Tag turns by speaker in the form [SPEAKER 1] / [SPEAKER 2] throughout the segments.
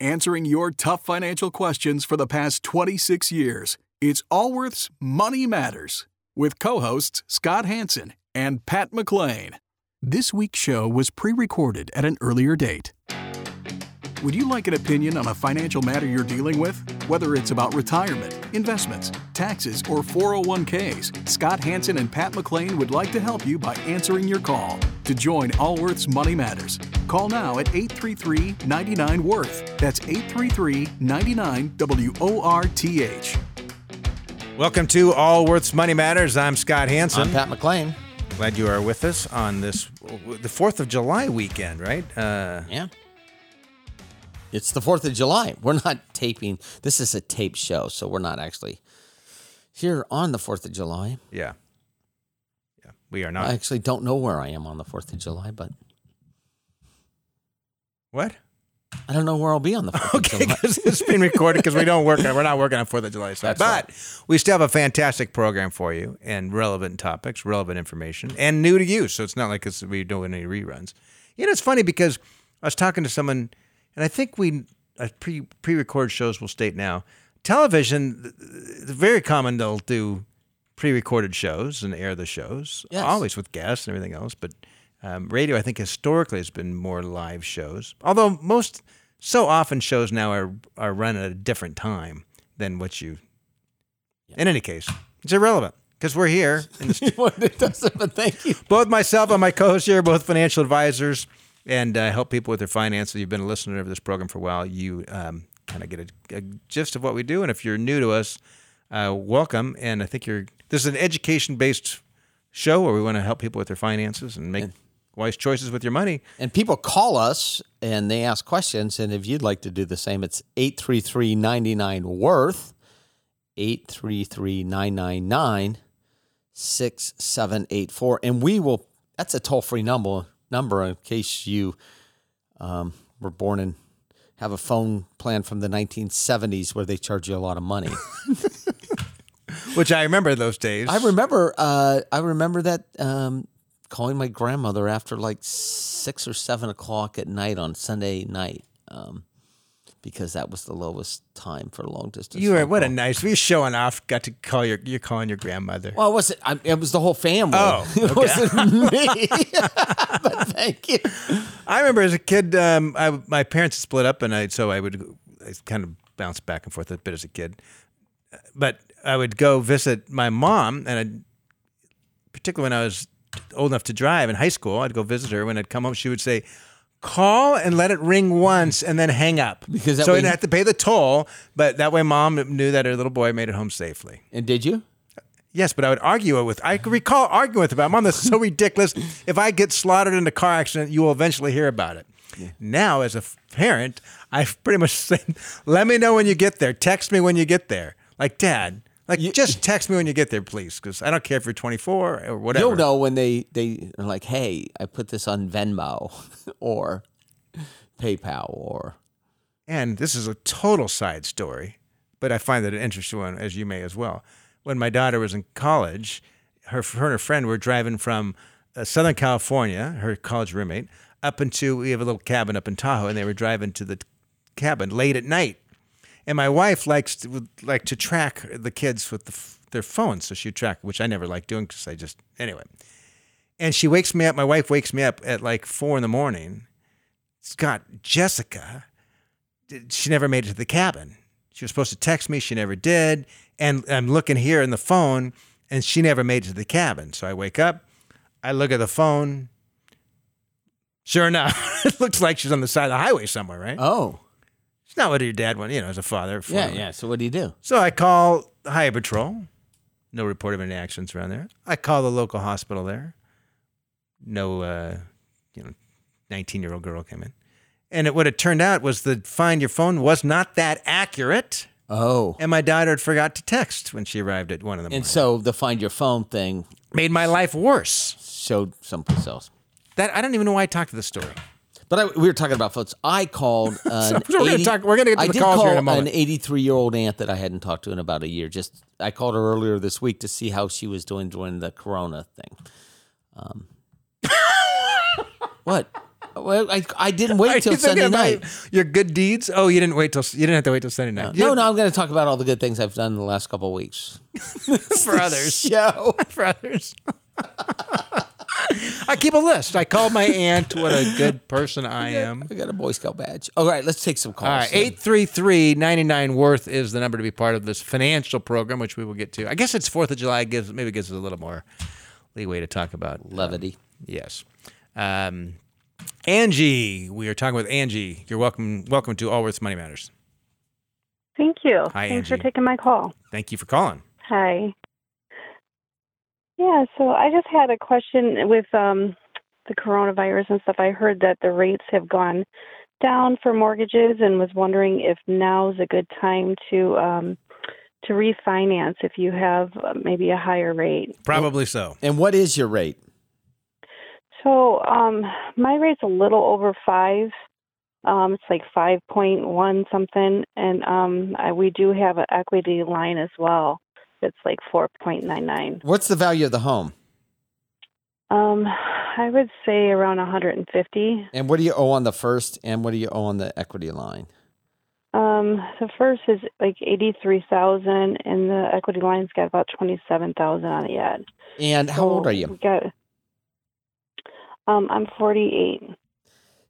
[SPEAKER 1] answering your tough financial questions for the past 26 years. It's Allworth's Money Matters with co hosts Scott Hanson and Pat McLean. This week's show was pre recorded at an earlier date. Would you like an opinion on a financial matter you're dealing with? Whether it's about retirement, investments, taxes, or 401ks, Scott Hanson and Pat McLean would like to help you by answering your call. To join Allworth's Money Matters, call now at 833 99 Worth. That's 833 99 W O R T H.
[SPEAKER 2] Welcome to All Worth's Money Matters. I'm Scott Hansen.
[SPEAKER 3] I'm Pat McLean.
[SPEAKER 2] Glad you are with us on this the Fourth of July weekend, right? Uh,
[SPEAKER 3] Yeah. It's the 4th of July. We're not taping. This is a tape show, so we're not actually here on the 4th of July.
[SPEAKER 2] yeah, yeah. We are not.
[SPEAKER 3] I actually don't know where I am on the 4th of July, but
[SPEAKER 2] what?
[SPEAKER 3] I don't know where I'll be on the 4th
[SPEAKER 2] Okay,
[SPEAKER 3] of July.
[SPEAKER 2] because it's beeen recorded because we don't work. on- We're not working on Fourth of July stuff,
[SPEAKER 3] That's
[SPEAKER 2] but we still have a fantastic program for you and relevant topics, relevant information, and new to you. So it's not like it's, we're doing any reruns. You know, it's funny because I was talking to someone, and I think we uh, pre pre record shows will state now. Television, th- th- it's very common they'll do pre recorded shows and air the shows,
[SPEAKER 3] Yes.
[SPEAKER 2] always with guests and everything else. But um, radio, I think historically, has been more live shows. Although most, so often shows now are are run at a different time than what you. In any case, it's irrelevant because we're here. in the stu-
[SPEAKER 3] it doesn't, but thank you.
[SPEAKER 2] both myself and my co-host here, are both financial advisors, and uh, help people with their finances. You've been a listener of this program for a while. You um, kind of get a, a gist of what we do, and if you're new to us, uh, welcome. And I think you're this is an education-based show where we want to help people with their finances and make wise choices with your money.
[SPEAKER 3] And people call us and they ask questions. And if you'd like to do the same, it's 833 99 Worth, 833 999 6784. And we will, that's a toll free number, number in case you um, were born and have a phone plan from the 1970s where they charge you a lot of money.
[SPEAKER 2] Which I remember those days.
[SPEAKER 3] I remember, uh, I remember that um, calling my grandmother after like six or seven o'clock at night on Sunday night, um, because that was the lowest time for long distance.
[SPEAKER 2] You are
[SPEAKER 3] phone
[SPEAKER 2] what a
[SPEAKER 3] call.
[SPEAKER 2] nice. We showing off. Got to call your. You're calling your grandmother.
[SPEAKER 3] Well, it wasn't. I, it was the whole family.
[SPEAKER 2] Oh,
[SPEAKER 3] it wasn't me. but thank you.
[SPEAKER 2] I remember as a kid, um, I, my parents split up, and I so I would I kind of bounce back and forth a bit as a kid. But I would go visit my mom, and I'd, particularly when I was old enough to drive in high school, I'd go visit her. When I'd come home, she would say. Call and let it ring once, and then hang up.
[SPEAKER 3] Because that
[SPEAKER 2] so
[SPEAKER 3] way-
[SPEAKER 2] I didn't have to pay the toll, but that way, mom knew that her little boy made it home safely.
[SPEAKER 3] And did you?
[SPEAKER 2] Yes, but I would argue it with. I could recall arguing with about, Mom, this is so ridiculous. If I get slaughtered in a car accident, you will eventually hear about it. Now, as a f- parent, I've pretty much said, let me know when you get there. Text me when you get there. Like, Dad, like, just text me when you get there, please, because I don't care if you're 24 or whatever.
[SPEAKER 3] You'll know when they they are like, "Hey, I put this on Venmo or PayPal or."
[SPEAKER 2] And this is a total side story, but I find that an interesting one, as you may as well. When my daughter was in college, her, her and her friend were driving from uh, Southern California, her college roommate, up into, we have a little cabin up in Tahoe, and they were driving to the cabin late at night. And my wife likes to, would like to track the kids with the, f- their phones, so she would track, which I never like doing because I just, anyway. And she wakes me up, my wife wakes me up at like four in the morning. Scott, Jessica, she never made it to the cabin. She was supposed to text me. She never did. And I'm looking here in the phone, and she never made it to the cabin. So I wake up. I look at the phone. Sure enough, it looks like she's on the side of the highway somewhere, right?
[SPEAKER 3] Oh,
[SPEAKER 2] It's not what your dad wanted, you know, as a father.
[SPEAKER 3] yeah,
[SPEAKER 2] father.
[SPEAKER 3] yeah. So what do you do?
[SPEAKER 2] So I call the Highway Patrol. No report of any accidents around there. I call the local hospital there. No, uh, you know, 19 year old girl came in. And it, what it turned out was the find your phone was not that accurate.
[SPEAKER 3] Oh,
[SPEAKER 2] And my daughter had forgot to text when she arrived at one of them.
[SPEAKER 3] and so the find your phone thing
[SPEAKER 2] made my life worse.
[SPEAKER 3] showed someplace else.
[SPEAKER 2] That I don't even know why I talked to this story.
[SPEAKER 3] But I, we were talking about phones. I called.
[SPEAKER 2] so
[SPEAKER 3] An
[SPEAKER 2] we're gonna
[SPEAKER 3] 80
[SPEAKER 2] talk- we're gonna get to
[SPEAKER 3] I
[SPEAKER 2] the
[SPEAKER 3] did
[SPEAKER 2] calls
[SPEAKER 3] call
[SPEAKER 2] here in a moment.
[SPEAKER 3] An eighty-three-year-old aunt that I hadn't talked to in about a year. Just I called her earlier this week to see how she was doing during the Corona thing. Um, what? well, I, I didn't wait till
[SPEAKER 2] You think
[SPEAKER 3] Sunday
[SPEAKER 2] about
[SPEAKER 3] night.
[SPEAKER 2] Your good deeds. Oh, you didn't wait till you didn't have to wait till Sunday night. You
[SPEAKER 3] No, no, I'm going to talk about all the good things I've done in the last couple of weeks.
[SPEAKER 2] for others.
[SPEAKER 3] Show.
[SPEAKER 2] For others. I keep a list. I called my aunt. What a good person I am.
[SPEAKER 3] I got a Boy Scout badge. All right, let's take some calls.
[SPEAKER 2] All right, 833 99 worth is the number to be part of this financial program, which we will get to. I guess it's 4th of July, gives maybe gives us a little more leeway to talk about.
[SPEAKER 3] Levity.
[SPEAKER 2] Yes. Um, Angie, we are talking with Angie. You're welcome welcome to Allworth's Money Matters.
[SPEAKER 4] Thank you.
[SPEAKER 2] Hi,
[SPEAKER 4] Thanks
[SPEAKER 2] Angie.
[SPEAKER 4] for taking my call.
[SPEAKER 2] Thank you for calling.
[SPEAKER 4] Hi. Yeah, so I just had a question with um, the coronavirus and stuff. I heard that the rates have gone down for mortgages and was wondering if now's a good time to um, to refinance if you have uh, maybe a higher rate.
[SPEAKER 2] Probably so.
[SPEAKER 3] And what is your rate?
[SPEAKER 4] So um, my rate's a little over five. Um, it's like five point one something, and um, I, we do have an equity line as well. It's like four point nine nine.
[SPEAKER 3] What's the value of the home?
[SPEAKER 4] Um, I would say around one hundred and fifty.
[SPEAKER 3] And what do you owe on the first? And what do you owe on the equity line?
[SPEAKER 4] Um, the first is like eighty three thousand, and the equity line's got about twenty seven thousand on it yet.
[SPEAKER 3] And how old
[SPEAKER 4] So
[SPEAKER 3] are you?
[SPEAKER 4] We got. Um, I'm forty eight.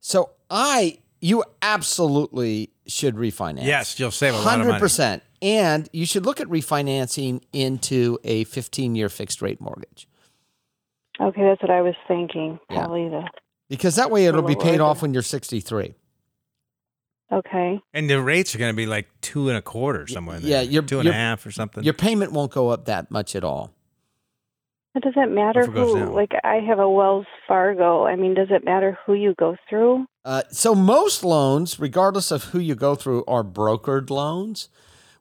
[SPEAKER 3] So I, you absolutely should refinance.
[SPEAKER 2] Yes, you'll save a lot of money.
[SPEAKER 3] 100%. And you should look at refinancing into a 15 year fixed rate mortgage
[SPEAKER 4] Okay, that's what I was thinking.
[SPEAKER 3] Yeah.
[SPEAKER 4] Probably the
[SPEAKER 3] because that way it'll be
[SPEAKER 4] Well, I
[SPEAKER 3] paid
[SPEAKER 4] don't-
[SPEAKER 3] off when you're 63.
[SPEAKER 4] okay.
[SPEAKER 2] And the rates are going to be like two and a quarter somewhere. in
[SPEAKER 3] yeah,
[SPEAKER 2] there.
[SPEAKER 3] you're-
[SPEAKER 2] two and a
[SPEAKER 3] you're-
[SPEAKER 2] half or something.
[SPEAKER 3] Your payment won't go up that much at all.
[SPEAKER 4] But does it matter
[SPEAKER 2] If it goes
[SPEAKER 4] who?
[SPEAKER 2] down.
[SPEAKER 4] Like, I have a Wells Fargo. I mean, does it matter who you go through?
[SPEAKER 3] Uh, so most loans, regardless of who you go through, are brokered loans,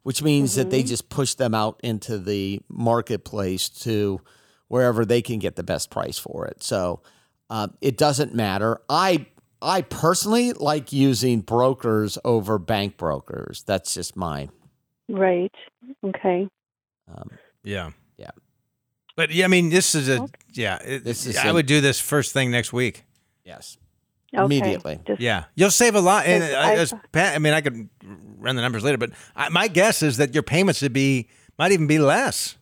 [SPEAKER 3] which means that
[SPEAKER 4] Mm-hmm.
[SPEAKER 3] they just push them out into the marketplace to wherever they can get the best price for it. So uh, it doesn't matter. I I personally like using brokers over bank brokers. That's just mine.
[SPEAKER 4] Right. Okay.
[SPEAKER 3] Um,
[SPEAKER 2] Yeah.
[SPEAKER 3] Yeah.
[SPEAKER 2] But yeah, I mean, this is a
[SPEAKER 4] Okay.
[SPEAKER 2] yeah. It,
[SPEAKER 3] This is
[SPEAKER 2] I
[SPEAKER 3] a-
[SPEAKER 2] would do this first thing next week.
[SPEAKER 3] yes.
[SPEAKER 4] okay.
[SPEAKER 3] Immediately.
[SPEAKER 4] Just,
[SPEAKER 2] Yeah, you'll save a lot. And
[SPEAKER 4] Yes,
[SPEAKER 2] I,
[SPEAKER 4] I-
[SPEAKER 2] as Pat, I mean, I could run the numbers later, but I, my guess is that your payments would be might even be less.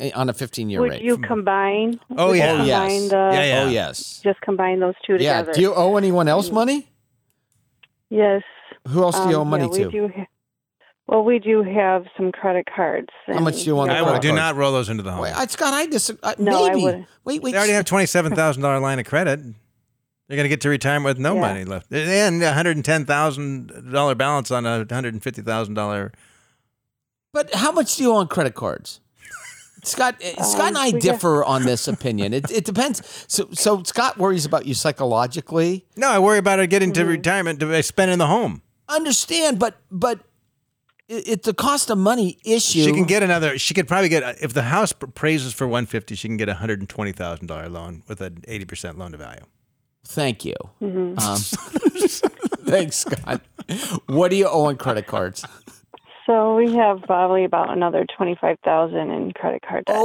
[SPEAKER 3] Eh, On a 15 year
[SPEAKER 4] Would
[SPEAKER 3] rate.
[SPEAKER 4] you combine?
[SPEAKER 2] Hmm. Oh,
[SPEAKER 4] would you
[SPEAKER 2] yeah. Oh,
[SPEAKER 3] yes.
[SPEAKER 4] combine the-
[SPEAKER 2] Yeah, yeah.
[SPEAKER 3] Oh, yes.
[SPEAKER 4] Just combine those two
[SPEAKER 3] Yeah.
[SPEAKER 4] together.
[SPEAKER 3] Do you owe anyone else money?
[SPEAKER 4] yes.
[SPEAKER 3] Who else do you owe
[SPEAKER 4] Um,
[SPEAKER 3] money
[SPEAKER 4] yeah,
[SPEAKER 3] to?
[SPEAKER 4] We do ha- well, we do have some credit cards.
[SPEAKER 3] How much
[SPEAKER 4] and-
[SPEAKER 3] do you want
[SPEAKER 2] I
[SPEAKER 4] yeah,
[SPEAKER 3] credit
[SPEAKER 2] would
[SPEAKER 4] well,
[SPEAKER 2] do
[SPEAKER 3] card.
[SPEAKER 2] not roll those into the home.
[SPEAKER 3] Wait, I, Scott, I disagree.
[SPEAKER 4] No, I
[SPEAKER 3] maybe.
[SPEAKER 4] wouldn't.
[SPEAKER 3] wait, wait.
[SPEAKER 2] they already have twenty seven thousand dollar line of credit. They're going to get to retirement with no
[SPEAKER 4] Yeah.
[SPEAKER 2] money left, and a hundred and ten thousand dollar balance on a hundred and fifty thousand dollar.
[SPEAKER 3] But how much do you owe on credit cards? Scott, eh, Scott and I
[SPEAKER 4] Um, we got-
[SPEAKER 3] differ on this opinion. It, it depends. So, so Scott worries about you psychologically.
[SPEAKER 2] No, I worry about it getting
[SPEAKER 4] Mm-hmm.
[SPEAKER 2] to retirement to uh, spend in the home.
[SPEAKER 3] Understand, but but it, it's a cost of money issue.
[SPEAKER 2] She can get another. She could probably get if the house pr- appraises for one fifty. She can get a hundred and twenty thousand dollar loan with an eighty percent loan to value.
[SPEAKER 3] Thank you.
[SPEAKER 4] Mm-hmm.
[SPEAKER 3] Um, thanks, Scott. What do you owe on credit
[SPEAKER 4] Uh,
[SPEAKER 3] cards?
[SPEAKER 4] So we have probably about another twenty-five thousand in credit card debt.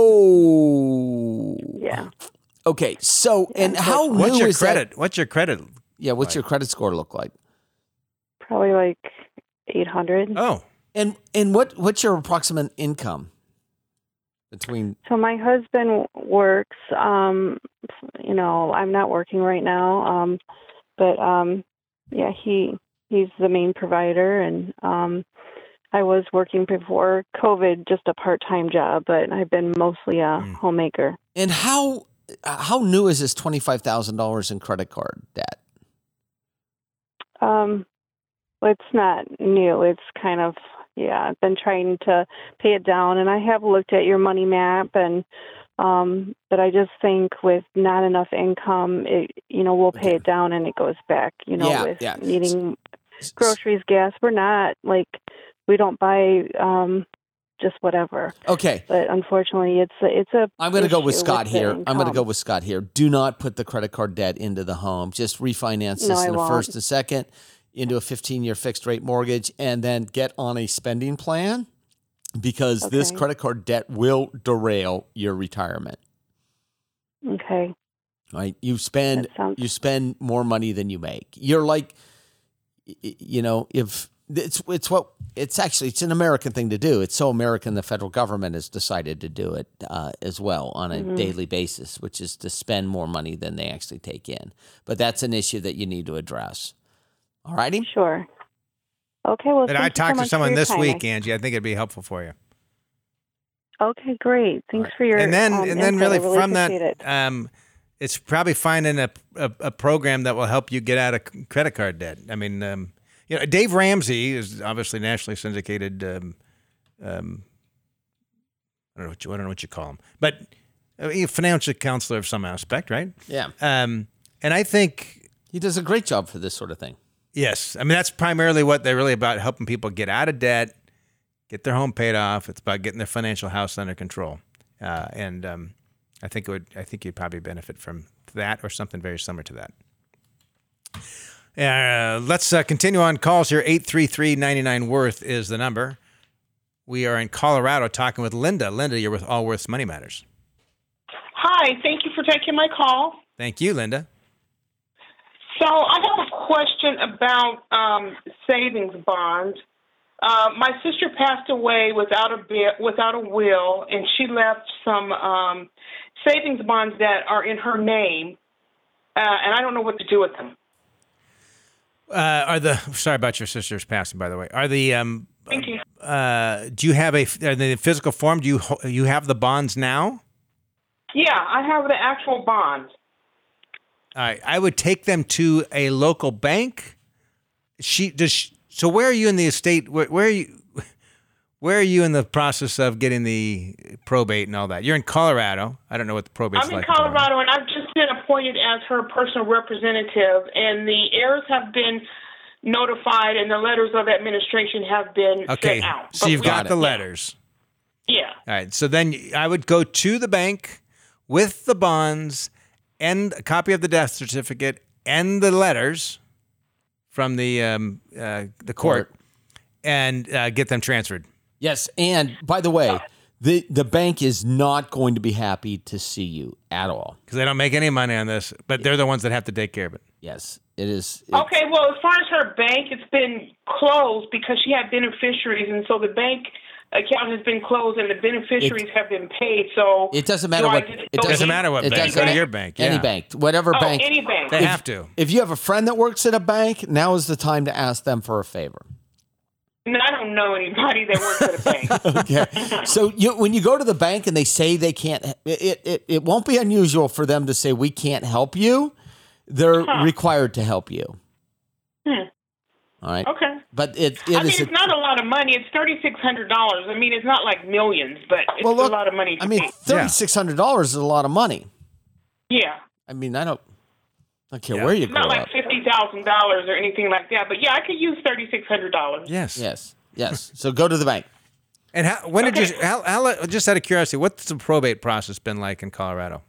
[SPEAKER 3] Oh,
[SPEAKER 4] Yeah.
[SPEAKER 3] okay. So, and how
[SPEAKER 2] What's
[SPEAKER 3] new
[SPEAKER 2] your
[SPEAKER 3] is that-
[SPEAKER 2] credit? What's your credit?
[SPEAKER 3] Yeah, what's your credit score look like?
[SPEAKER 4] Probably like eight hundred.
[SPEAKER 2] Oh,
[SPEAKER 3] And and what what's your approximate income between
[SPEAKER 4] So my husband works. Um, you know, I'm not working right now. Um, but um, yeah, he he's the main provider, and um, I was working before COVID, just a part time job, but I've been mostly a
[SPEAKER 2] Mm.
[SPEAKER 4] homemaker.
[SPEAKER 3] And how how new is this twenty five thousand dollars in credit card debt?
[SPEAKER 4] Um, well, it's not new. It's kind of yeah. I've been trying to pay it down, and I have looked at your money map, and um, but I just think with not enough income, it you know we'll pay
[SPEAKER 3] Okay.
[SPEAKER 4] it down and it goes back. You know,
[SPEAKER 3] Yeah,
[SPEAKER 4] with
[SPEAKER 3] yeah.
[SPEAKER 4] needing groceries, gas. We're not like we don't buy um, just whatever.
[SPEAKER 3] Okay,
[SPEAKER 4] But unfortunately, it's a, it's a.
[SPEAKER 3] I'm going to go with
[SPEAKER 4] issue
[SPEAKER 3] Scott
[SPEAKER 4] the
[SPEAKER 3] here. I'm going to
[SPEAKER 4] income.
[SPEAKER 3] go with Scott here. Do not put the credit card debt into the home. Just refinance
[SPEAKER 4] No,
[SPEAKER 3] this
[SPEAKER 4] I
[SPEAKER 3] in the
[SPEAKER 4] won't.
[SPEAKER 3] first and second into a fifteen year fixed rate mortgage, and then get on a spending plan because this
[SPEAKER 4] Okay.
[SPEAKER 3] credit card debt will derail your retirement.
[SPEAKER 4] Okay.
[SPEAKER 3] right? You spend
[SPEAKER 4] That sounds-
[SPEAKER 3] you spend more money than you make. You're like, y- y- you know, if it's it's what it's actually it's an American thing to do. It's so American. The federal government has decided to do it uh, as well on a
[SPEAKER 4] Mm-hmm.
[SPEAKER 3] daily basis, which is to spend more money than they actually take in. But that's an issue that you need to address. All righty.
[SPEAKER 4] Sure. Okay. Well,
[SPEAKER 2] But
[SPEAKER 4] thank
[SPEAKER 2] I
[SPEAKER 4] you so
[SPEAKER 2] talked
[SPEAKER 4] much
[SPEAKER 2] to
[SPEAKER 4] for
[SPEAKER 2] someone
[SPEAKER 4] your
[SPEAKER 2] this
[SPEAKER 4] time.
[SPEAKER 2] week, Angie. I think it'd be helpful for you.
[SPEAKER 4] Okay, great. Thanks for your
[SPEAKER 2] and then
[SPEAKER 4] um,
[SPEAKER 2] and then
[SPEAKER 4] insight. I
[SPEAKER 2] really, from that,
[SPEAKER 4] appreciate it.
[SPEAKER 2] um, it's probably finding a, a a program that will help you get out of c- credit card debt. I mean, um, you know, Dave Ramsey is obviously nationally syndicated. Um, um, I don't know what you, I don't know what you call him, but uh, a financial counselor of some aspect, right?
[SPEAKER 3] Yeah,
[SPEAKER 2] Um, and I think
[SPEAKER 3] he does a great job for this sort of thing.
[SPEAKER 2] Yes. I mean, that's primarily what they're really about helping people get out of debt, get their home paid off. It's about getting their financial house under control. Uh, and um, I think it would, I think you'd probably benefit from that or something very similar to that. Uh, let's uh, continue on calls here. 833 99 Worth is the number. We are in Colorado talking with Linda. Linda, you're with All Worth's Money Matters.
[SPEAKER 5] Hi, thank you for taking my call.
[SPEAKER 2] Thank you, Linda.
[SPEAKER 5] So I have a question about um, savings bonds. Uh, my sister passed away without a bi- without a will, and she left some um, savings bonds that are in her name, uh, and I don't know what to do with them.
[SPEAKER 2] Uh, are the sorry about your sister's passing, by the way. Are the um,
[SPEAKER 5] Thank you.
[SPEAKER 2] uh, do you have a are they in physical form? Do you ho- you have the bonds now?
[SPEAKER 5] Yeah, I have the actual bonds.
[SPEAKER 2] All right, I would take them to a local bank. She does. She, so where are you in the estate? Where, where are you? Where are you in the process of getting the probate and all that? You're in Colorado. I don't know what the probate's
[SPEAKER 5] I'm in
[SPEAKER 2] like. uh,
[SPEAKER 5] Colorado, and I've just been appointed as her personal representative, and the heirs have been notified, and the letters of administration have been
[SPEAKER 2] Okay,
[SPEAKER 5] sent out.
[SPEAKER 2] so
[SPEAKER 5] But
[SPEAKER 2] you've
[SPEAKER 5] we-
[SPEAKER 2] got,
[SPEAKER 3] Got it.
[SPEAKER 2] the letters.
[SPEAKER 5] yeah.
[SPEAKER 2] All right. So then I would go to the bank with the bonds and a copy of the death certificate and the letters from the um, uh, the court, and uh, get them transferred.
[SPEAKER 3] Yes, and by the way, the the bank is not going to be happy to see you at all.
[SPEAKER 2] Because they don't make any money on this, but they're the ones that have to take care of it.
[SPEAKER 3] Yes, it is. it-
[SPEAKER 5] Okay, well, as far as her bank, it's been closed because she had beneficiaries, and so the bank account has been closed, and the beneficiaries have been paid. So
[SPEAKER 3] It doesn't matter
[SPEAKER 5] do I
[SPEAKER 3] what.
[SPEAKER 5] just
[SPEAKER 3] It
[SPEAKER 5] go
[SPEAKER 2] doesn't
[SPEAKER 5] in-
[SPEAKER 2] matter what
[SPEAKER 3] it
[SPEAKER 2] bank. Go
[SPEAKER 3] doesn't
[SPEAKER 2] to
[SPEAKER 3] ma-
[SPEAKER 2] your bank.
[SPEAKER 3] Any
[SPEAKER 2] yeah.
[SPEAKER 3] bank, whatever
[SPEAKER 5] Oh,
[SPEAKER 3] bank.
[SPEAKER 5] any bank.
[SPEAKER 2] They
[SPEAKER 3] If-
[SPEAKER 2] have to.
[SPEAKER 3] If you have a friend that works at a bank, now is the time to ask them for a favor.
[SPEAKER 5] And I don't know anybody that works at a bank.
[SPEAKER 3] Okay. so you, when you go to the bank and they say they can't, it, it, it won't be unusual for them to say, we can't help you. They're required to help you. All right.
[SPEAKER 5] Hmm. Okay.
[SPEAKER 3] But it, it is
[SPEAKER 5] I mean,
[SPEAKER 3] a-
[SPEAKER 5] it's not a lot of money. It's thirty six hundred dollars. I mean, it's not like millions, but it's
[SPEAKER 3] well, look,
[SPEAKER 5] a lot of money. To
[SPEAKER 3] I mean,
[SPEAKER 5] me.
[SPEAKER 3] $3,600 is a lot of money.
[SPEAKER 5] yeah,
[SPEAKER 3] I mean, I don't, I don't care
[SPEAKER 2] Yeah.
[SPEAKER 3] where you
[SPEAKER 5] it's
[SPEAKER 3] grow
[SPEAKER 5] not like
[SPEAKER 3] up.
[SPEAKER 5] fifty thousand dollars or anything like that. But yeah, I could use thirty six hundred dollars.
[SPEAKER 2] Yes.
[SPEAKER 3] Yes. Yes. so go to the bank.
[SPEAKER 2] And how, when did you?
[SPEAKER 5] Okay.
[SPEAKER 2] How, how, just out of curiosity, what's the probate process been like in Colorado?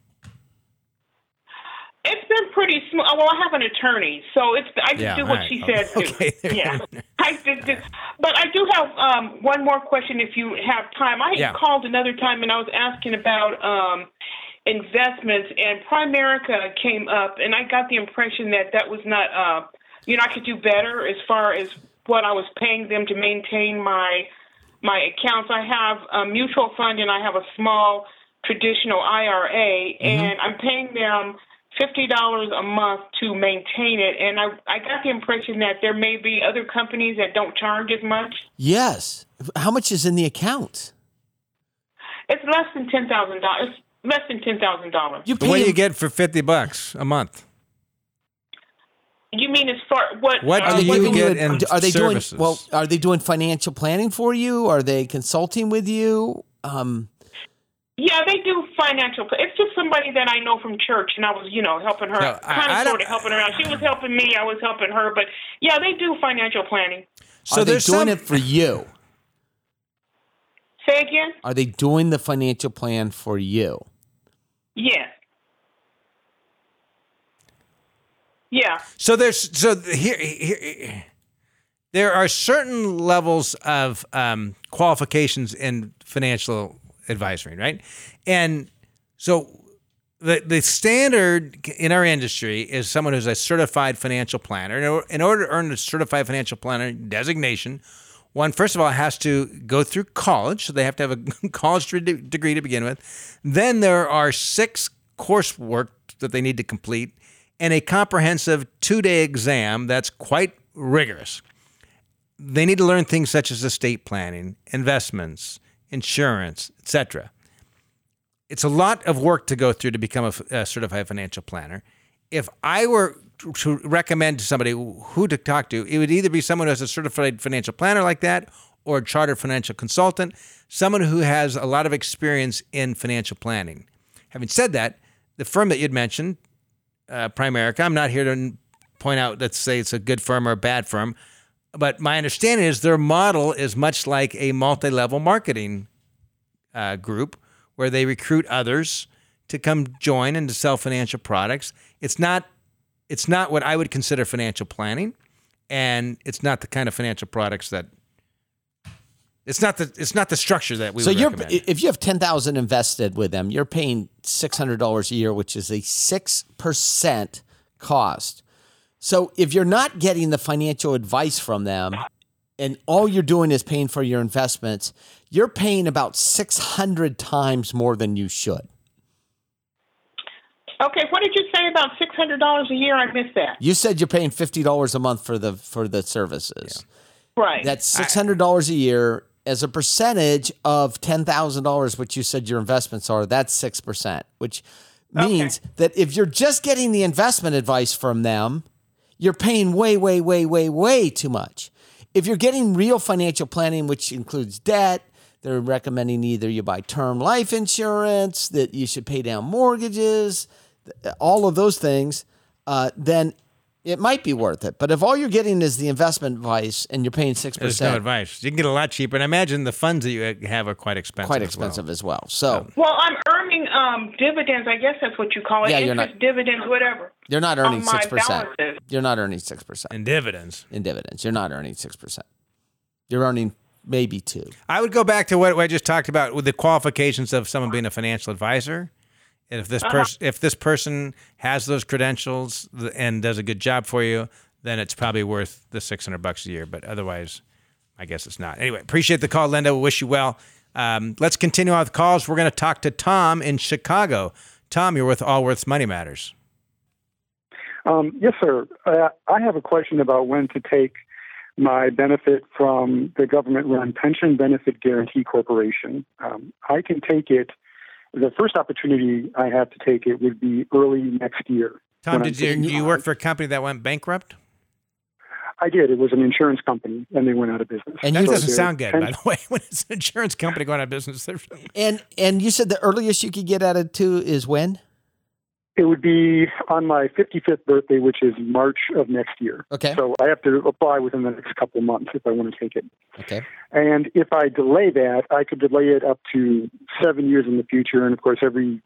[SPEAKER 5] It's been pretty smooth. Well, I have an attorney, so it's I just
[SPEAKER 2] Yeah,
[SPEAKER 5] do
[SPEAKER 2] all
[SPEAKER 5] what
[SPEAKER 2] right.
[SPEAKER 5] she
[SPEAKER 2] Oh,
[SPEAKER 5] said. do.
[SPEAKER 2] okay.
[SPEAKER 5] Yeah, I did. This. But I do have um, one more question if you have time. I had
[SPEAKER 2] Yeah.
[SPEAKER 5] called another time and I was asking about um, investments, and Primerica came up, and I got the impression that that was not. Uh, you know, I could do better as far as what I was paying them to maintain my my accounts. I have a mutual fund and I have a small traditional IRA, and I'm paying them fifty dollars a month to maintain it. And I I got the impression that there may be other companies that don't charge as much.
[SPEAKER 3] Yes. How much is in the account?
[SPEAKER 5] It's less than ten thousand dollars. Less than ten thousand dollars.
[SPEAKER 3] You
[SPEAKER 2] The way
[SPEAKER 3] pay
[SPEAKER 2] you get for fifty bucks a month.
[SPEAKER 5] You mean as far what?
[SPEAKER 2] What
[SPEAKER 5] uh,
[SPEAKER 2] do
[SPEAKER 3] what
[SPEAKER 2] you
[SPEAKER 3] do
[SPEAKER 2] get
[SPEAKER 3] would-
[SPEAKER 2] in
[SPEAKER 3] are they
[SPEAKER 2] services?
[SPEAKER 3] doing well are they doing financial planning for you are they consulting with you um
[SPEAKER 5] Yeah, they do financial. pla- It's just somebody that I know from church, and I was, you know, helping her,
[SPEAKER 2] No, I-
[SPEAKER 5] kind
[SPEAKER 2] I
[SPEAKER 5] of
[SPEAKER 2] don't-
[SPEAKER 5] sort of helping her out. She was helping me, I was helping her, but yeah, they do financial planning.
[SPEAKER 2] So
[SPEAKER 3] are they doing
[SPEAKER 2] there's some,
[SPEAKER 3] it for you
[SPEAKER 5] Say again?
[SPEAKER 3] are they doing the financial plan for you
[SPEAKER 5] Yes. Yeah.
[SPEAKER 2] So there's so th- here, here there are certain levels of um, qualifications in financial advisory, right? And so the the standard in our industry is someone who's a certified financial planner. In or- In order to earn a certified financial planner designation, one first of all has to go through college, so they have to have a college de- degree to begin with. Then there are six coursework that they need to complete and a comprehensive two-day exam that's quite rigorous they need to learn things such as estate planning, investments, insurance, etc. It's a lot of work to go through to become a, f- a certified financial planner. If I were to- to recommend to somebody who to talk to, it would either be someone who has a certified financial planner like that or a chartered financial consultant, someone who has a lot of experience in financial planning. Having said that, the firm that you'd mentioned, uh, Primerica. I'm not here to n- point out, let's say it's a good firm or a bad firm, but my understanding is their model is much like a multi level marketing uh, group where they recruit others to come join and to sell financial products. It's not it's not what I would consider financial planning, and it's not the kind of financial products that it's not the it's not the structure that we
[SPEAKER 3] So
[SPEAKER 2] would
[SPEAKER 3] you're
[SPEAKER 2] recommend.
[SPEAKER 3] if you have ten thousand invested with them, you're paying six hundred dollars a year, which is a six percent cost. So if you're not getting the financial advice from them, and all you're doing is paying for your investments, you're paying about six hundred times more than you should.
[SPEAKER 5] Okay, what did you say about six hundred dollars a year? I missed that.
[SPEAKER 3] You said you're paying fifty dollars a month for the for the services.
[SPEAKER 5] Right.
[SPEAKER 3] That's six hundred dollars a year as a percentage of ten thousand dollars, which you said your investments are. That's six percent, which means that if you're just getting the investment advice from them, you're paying way, way, way, way, way too much. If you're getting real financial planning, which includes debt, they're recommending either you buy term life insurance, that you should pay down mortgages, th- all of those things, uh, then it might be worth it. But if all you're getting is the investment advice and you're paying 6%,
[SPEAKER 2] There's no advice. You can get a lot cheaper, and I imagine the funds that you have are quite expensive.
[SPEAKER 3] quite
[SPEAKER 2] as well.
[SPEAKER 3] expensive as well. So
[SPEAKER 5] well, I'm earning um, dividends. I guess that's what you call it.
[SPEAKER 3] Yeah, you're
[SPEAKER 5] Interest,
[SPEAKER 3] not-
[SPEAKER 5] dividends, whatever.
[SPEAKER 3] you're not earning
[SPEAKER 5] On my
[SPEAKER 3] 6%.
[SPEAKER 5] balances.
[SPEAKER 3] You're not earning 6%.
[SPEAKER 2] and dividends.
[SPEAKER 3] in dividends. You're not earning six percent. You're earning maybe two.
[SPEAKER 2] I would go back to what I just talked about with the qualifications of someone being a financial advisor. And if this person if this person has those credentials th- and does a good job for you, then it's probably worth the 600 bucks a year, but otherwise I guess it's not. Anyway, appreciate the call, Linda. We wish you well. Um, let's continue on with calls. We're going to talk to Tom in Chicago. Tom, you're with Allworth's Money Matters.
[SPEAKER 6] Um, yes, sir. Uh, I have a question about when to take my benefit from the government run Pension Benefit Guarantee Corporation. Um, I can take it, the first opportunity I have to take it would be early next year.
[SPEAKER 2] Tom,
[SPEAKER 6] when I'm
[SPEAKER 2] did you,
[SPEAKER 6] sitting
[SPEAKER 2] you
[SPEAKER 6] on-
[SPEAKER 2] work for a company that went bankrupt?
[SPEAKER 6] I did. It was an insurance company, and they went out of business.
[SPEAKER 3] And
[SPEAKER 2] That
[SPEAKER 3] you
[SPEAKER 6] So
[SPEAKER 2] doesn't
[SPEAKER 6] they're
[SPEAKER 2] sound good,
[SPEAKER 6] pen-
[SPEAKER 2] by the way. When it's an insurance company going out of business, there's
[SPEAKER 3] And and you said the earliest you could get out of two is when?
[SPEAKER 6] It would be on my 55th birthday, which is March of next year.
[SPEAKER 3] Okay.
[SPEAKER 6] So I have to apply within the next couple of months if I want to take it.
[SPEAKER 3] Okay.
[SPEAKER 6] And if I delay that, I could delay it up to seven years in the future. And of course, every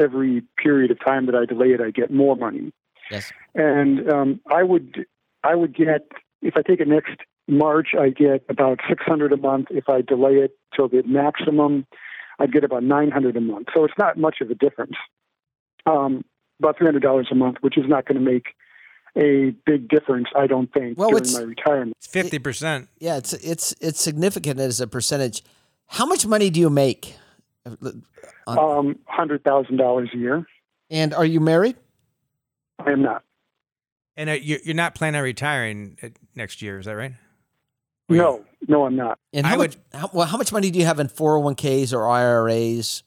[SPEAKER 6] every period of time that I delay it, I get more money.
[SPEAKER 3] Yes.
[SPEAKER 6] And um, I would I would get if I take it next March, I get about six hundred a month. If I delay it till the maximum, I'd get about nine hundred a month. So it's not much of a difference. Um, about three hundred dollars a month, which is not going to make a big difference, I don't think,
[SPEAKER 3] Well,
[SPEAKER 6] during
[SPEAKER 3] it's-
[SPEAKER 6] my retirement.
[SPEAKER 2] it's 50%.
[SPEAKER 3] Yeah, it's it's it's significant as a percentage. How much money do you make? Uh-huh.
[SPEAKER 6] Um, hundred thousand dollars a year.
[SPEAKER 3] And are you married?
[SPEAKER 6] I am not.
[SPEAKER 2] And uh, you're, you're not planning on retiring uh, next year, is that right? Or you-
[SPEAKER 6] No, no, I'm not.
[SPEAKER 3] And how
[SPEAKER 2] I
[SPEAKER 3] much how, well how much money do you have in 401k's or IRAs?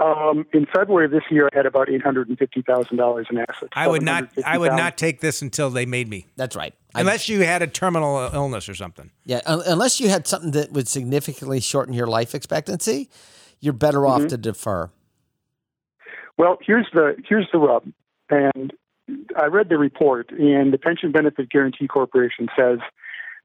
[SPEAKER 6] Um, in February of this year, I had about eight hundred and fifty thousand dollars in assets.
[SPEAKER 2] I would not. I would
[SPEAKER 6] $750,000.
[SPEAKER 2] not take this until they made me,
[SPEAKER 3] That's right. I-
[SPEAKER 2] unless you had a terminal illness or something.
[SPEAKER 3] yeah, un- unless you had something that would significantly shorten your life expectancy, you're better off to defer.
[SPEAKER 6] Well, here's the here's the rub, and I read the report, and the Pension Benefit Guarantee Corporation says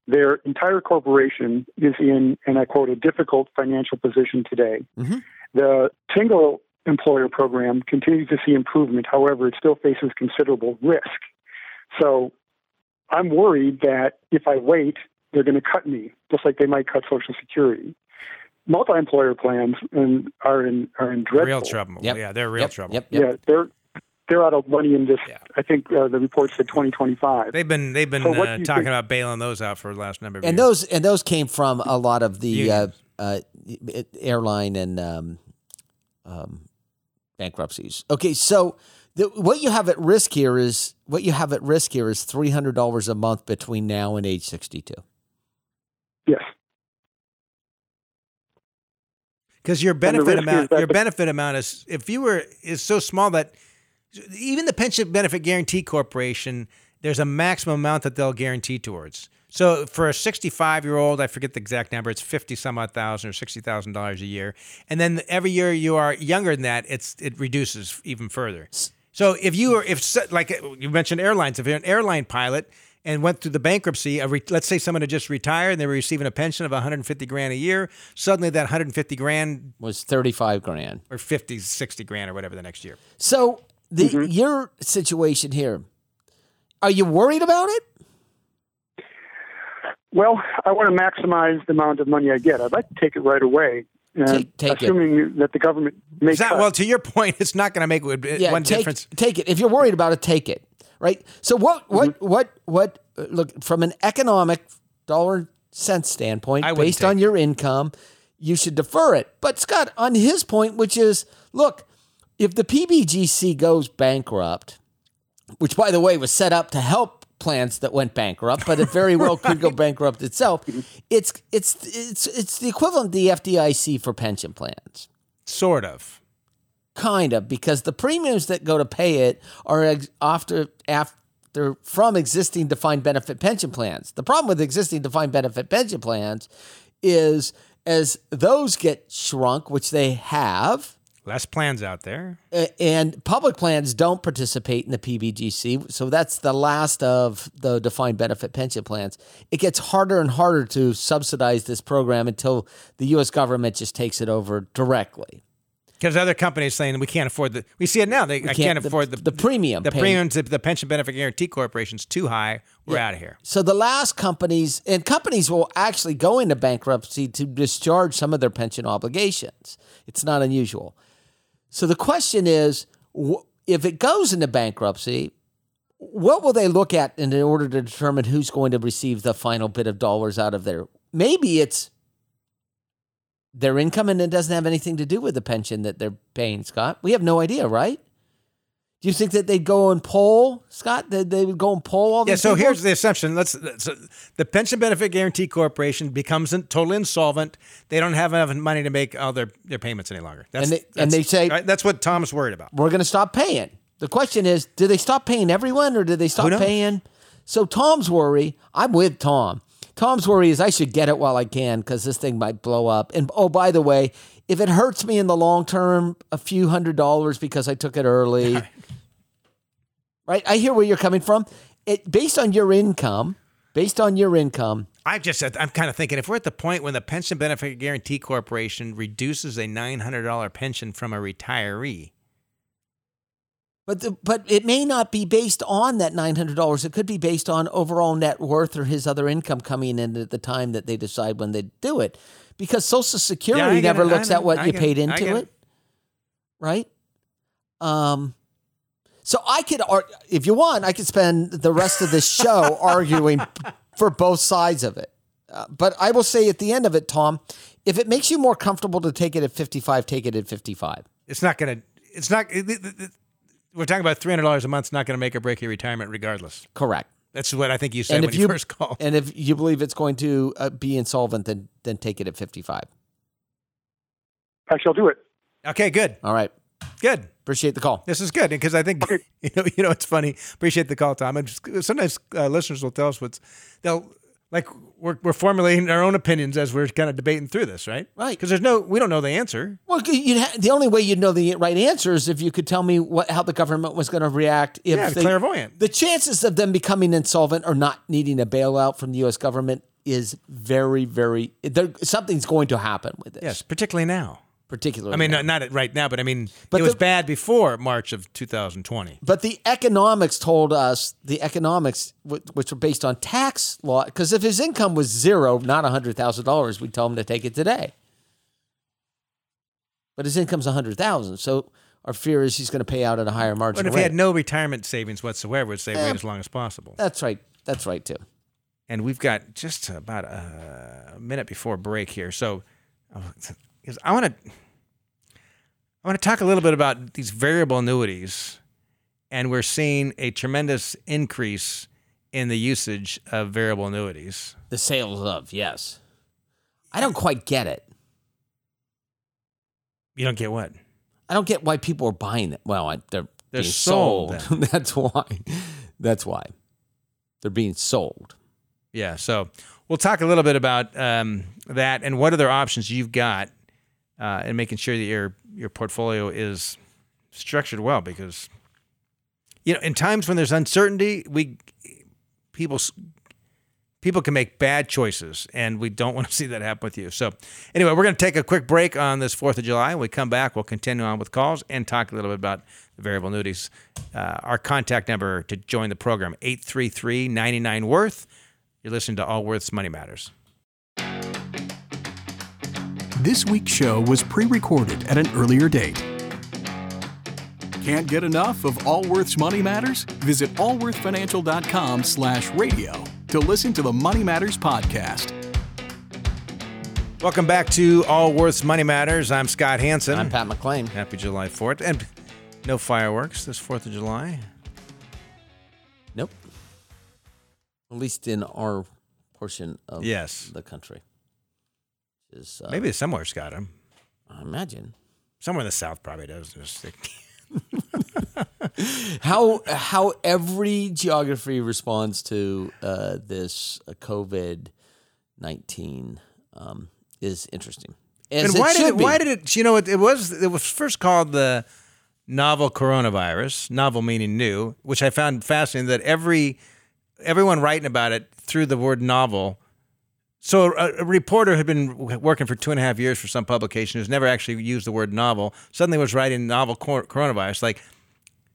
[SPEAKER 6] their entire corporation is in, and I quote, a difficult financial position today.
[SPEAKER 2] Mm-hmm.
[SPEAKER 3] Mhm.
[SPEAKER 6] The single employer program continues to see improvement, however, it still faces considerable risk. So, I'm worried that if I wait, they're going to cut me, just like they might cut Social Security. multi-employer plans and are in are in dreadful
[SPEAKER 2] Real trouble.
[SPEAKER 3] Yep.
[SPEAKER 2] Yeah, they're real
[SPEAKER 3] yep,
[SPEAKER 2] trouble.
[SPEAKER 3] Yep. yep.
[SPEAKER 6] Yeah, they're they're out of money in this.
[SPEAKER 2] Yeah.
[SPEAKER 6] I think uh, the report said 2025.
[SPEAKER 2] They've been they've been
[SPEAKER 6] So what
[SPEAKER 2] uh,
[SPEAKER 6] do
[SPEAKER 2] talking
[SPEAKER 6] you think-
[SPEAKER 2] about bailing those out for the last number of
[SPEAKER 3] And
[SPEAKER 2] years.
[SPEAKER 3] those and those came from a lot of the uh,
[SPEAKER 2] Unions.
[SPEAKER 3] uh, it- airline and um, um, bankruptcies. Okay, so the, what you have at risk here is what you have at risk here is three hundred dollars a month between now and age sixty two.
[SPEAKER 6] yes,
[SPEAKER 2] Because your
[SPEAKER 6] the
[SPEAKER 2] benefit
[SPEAKER 6] risk is
[SPEAKER 2] amount,
[SPEAKER 6] that
[SPEAKER 2] your
[SPEAKER 6] the-
[SPEAKER 2] benefit amount is if you were is so small that even the Pension Benefit Guarantee Corporation, there's a maximum amount that they'll guarantee towards. So for a 65 year old, I forget the exact number, it's 50 some odd thousand or 60 thousand dollars a year, and then every year you are younger than that, it's it reduces even further. So if you are if se- like you mentioned airlines, if you're an airline pilot and went through the bankruptcy, a re, let's say someone had just retired and they were receiving a pension of 150 grand a year, suddenly that 150 grand
[SPEAKER 3] Was thirty five grand.
[SPEAKER 2] or 50, 60 grand or whatever the next year.
[SPEAKER 3] So the your situation here, are you worried about it?
[SPEAKER 6] Well, I want to maximize the amount of money I get. I'd like to take it right away, and
[SPEAKER 3] Take- take it.
[SPEAKER 6] assuming that the government makes
[SPEAKER 2] It's not, well, to your point, it's not going to make w-
[SPEAKER 3] yeah,
[SPEAKER 2] one
[SPEAKER 3] take,
[SPEAKER 2] difference.
[SPEAKER 3] Take it if you're worried about it. Take it, right? So what?
[SPEAKER 2] Mm-hmm.
[SPEAKER 3] What? What? What? uh, Look, from an economic dollar cent standpoint,
[SPEAKER 2] I wouldn't
[SPEAKER 3] based
[SPEAKER 2] take
[SPEAKER 3] on your income, you should defer it. But Scott, on his point, which is, look, if the PBGC goes bankrupt, which by the way was set up to help plans that went bankrupt, but it very well could go bankrupt itself. It's it's it's it's the equivalent of the FDIC for pension plans
[SPEAKER 2] Sort of.
[SPEAKER 3] kind of because the premiums that go to pay it are ex- after after from existing defined benefit pension plans. The problem with existing defined benefit pension plans is as those get shrunk, which they have,
[SPEAKER 2] Less plans out there.
[SPEAKER 3] a- and public plans don't participate in the PBGC, so that's the last of the defined benefit pension plans. It gets harder and harder to subsidize this program until the U.S. government just takes it over directly.
[SPEAKER 2] Because other companies saying we can't afford the, we see it now. They, I can't, afford the,
[SPEAKER 3] the premium
[SPEAKER 2] The
[SPEAKER 3] payment.
[SPEAKER 2] premiums, the, the pension benefit guarantee corporation's too high. We're out of here.
[SPEAKER 3] So the last companies and companies will actually go into bankruptcy to discharge some of their pension obligations. It's not unusual. So the question is wh- if it goes into bankruptcy, what will they look at in order to determine who's going to receive the final bit of dollars out of their maybe it's their income and it doesn't have anything to do with the pension that they're paying, Scott. We have no idea, right? Do you think that they'd go and poll, Scott? That they would go and poll all
[SPEAKER 2] Yeah.
[SPEAKER 3] these
[SPEAKER 2] So
[SPEAKER 3] people?
[SPEAKER 2] here's the assumption. Let's so the pension benefit guarantee corporation becomes in, totally insolvent. They don't have enough money to make all their, their payments any longer. That's,
[SPEAKER 3] And they-
[SPEAKER 2] that's-
[SPEAKER 3] and they say-
[SPEAKER 2] right, that's what Tom's worried about.
[SPEAKER 3] we're going to stop paying. The question is, do they stop paying everyone or do they stop
[SPEAKER 2] knows?
[SPEAKER 3] paying? So Tom's worry, I'm with Tom. Tom's worry is I should get it while I can because this thing might blow up. And oh, by the way, if it hurts me in the long term, a few hundred dollars because I took it early. right? I hear where you're coming from. It based on your income, based on your income,
[SPEAKER 2] I just I'm kind of thinking if we're at the point when the pension benefit guarantee corporation reduces a nine hundred dollar pension from a retiree.
[SPEAKER 3] But the, but it may not be based on that nine hundred dollars. It could be based on overall net worth or his other income coming in at the time that they decide when they do it, because Social
[SPEAKER 2] Yeah, I
[SPEAKER 3] Security
[SPEAKER 2] get
[SPEAKER 3] never
[SPEAKER 2] it. I
[SPEAKER 3] looks
[SPEAKER 2] know.
[SPEAKER 3] at what
[SPEAKER 2] I
[SPEAKER 3] you
[SPEAKER 2] get
[SPEAKER 3] paid
[SPEAKER 2] it. I
[SPEAKER 3] into
[SPEAKER 2] get
[SPEAKER 3] it,
[SPEAKER 2] it.
[SPEAKER 3] right? Um, so I could, ar- if you want, I could spend the rest of this show arguing for both sides of it. Uh, but I will say at the end of it, Tom, if it makes you more comfortable to take it at fifty-five, take it at fifty-five.
[SPEAKER 2] It's not gonna. It's not. it- it- it- we're talking about three hundred dollars a month. It's not gonna make or break your retirement, regardless.
[SPEAKER 3] Correct.
[SPEAKER 2] That's what I think you said when you, first called.
[SPEAKER 3] And if you believe it's going to uh, be insolvent, then then take it at 55.
[SPEAKER 6] I shall do it.
[SPEAKER 2] okay, good,
[SPEAKER 3] All right.
[SPEAKER 2] good.
[SPEAKER 3] Appreciate the call.
[SPEAKER 2] This is good because I think you know. You know, it's funny. Appreciate the call, Tom. And just, sometimes uh, listeners will tell us what's they'll like. We're, we're formulating our own opinions as we're kind of debating through this, right?
[SPEAKER 3] Right.
[SPEAKER 2] Because there's no, we don't know the answer.
[SPEAKER 3] Well, you ha- the only way you'd know the right answer is if you could tell me what how the government was going to react if
[SPEAKER 2] Yeah,
[SPEAKER 3] they-
[SPEAKER 2] clairvoyant.
[SPEAKER 3] The chances of them becoming insolvent or not needing a bailout from the U.S. government is very, very. There, something's going to happen with this.
[SPEAKER 2] Yes, particularly now.
[SPEAKER 3] particularly.
[SPEAKER 2] I mean, uh,
[SPEAKER 3] now.
[SPEAKER 2] not, not right now, but I mean,
[SPEAKER 3] But
[SPEAKER 2] it was
[SPEAKER 3] the-
[SPEAKER 2] bad before March of 2020.
[SPEAKER 3] But the economics told us the economics, wh- which were based on tax law, because if his income was zero, not hundred thousand dollars, we'd tell him to take it today. but his income's a hundred thousand. So our fear is he's going to pay out at a higher margin.
[SPEAKER 2] But if
[SPEAKER 3] rate.
[SPEAKER 2] he had no retirement savings whatsoever, it'd say
[SPEAKER 3] Yeah.
[SPEAKER 2] wait as long as possible.
[SPEAKER 3] that's right. That's right too.
[SPEAKER 2] and we've got just about a minute before break here. So, because I want to, I want to talk a little bit about these variable annuities, and we're seeing a tremendous increase in the usage of variable annuities.
[SPEAKER 3] The sales of yes, I don't quite get it.
[SPEAKER 2] You don't get what?
[SPEAKER 3] I don't get why people are buying it. Well, I, they're
[SPEAKER 2] They're
[SPEAKER 3] being
[SPEAKER 2] sold.
[SPEAKER 3] sold. that's why. That's why they're being sold.
[SPEAKER 2] Yeah. So we'll talk a little bit about um, that and what other options you've got, uh, and making sure that your your portfolio is structured well because you know in times when there's uncertainty, we people s- people can make bad choices, and we don't want to see that happen with you. So anyway, we're going to take a quick break on this Fourth of July. When we come back, we'll continue on with calls and talk a little bit about the variable annuities. Uh, our contact number to join the program 833 99 worth you're listening to All Worth's Money Matters.
[SPEAKER 1] This week's show was pre recorded at an earlier date. Can't get enough of Allworth's Money Matters? Visit allworthfinancial.com slash radio to listen to the Money Matters podcast.
[SPEAKER 2] Welcome back to All Worth's Money Matters. I'm Scott Hansen.
[SPEAKER 3] I'm Pat McClain.
[SPEAKER 2] Happy July 4th. And no fireworks this 4th of July.
[SPEAKER 3] Nope. At least in our portion of
[SPEAKER 2] Yes.
[SPEAKER 3] the country. Is, uh,
[SPEAKER 2] Maybe it's somewhere, Scott. I'm-
[SPEAKER 3] I imagine.
[SPEAKER 2] Somewhere in the South probably does. Just-
[SPEAKER 3] how how every geography responds to uh, this uh, COVID nineteen um, is interesting. As
[SPEAKER 2] And
[SPEAKER 3] it
[SPEAKER 2] why did
[SPEAKER 3] should
[SPEAKER 2] it,
[SPEAKER 3] be.
[SPEAKER 2] why did it, you know, it, it was it was first called the novel coronavirus, novel meaning new, which I found fascinating that every everyone writing about it threw the word novel. So a, a reporter had been w- working for two and a half years for some publication who's never actually used the word novel. Suddenly was writing novel cor- coronavirus. Like,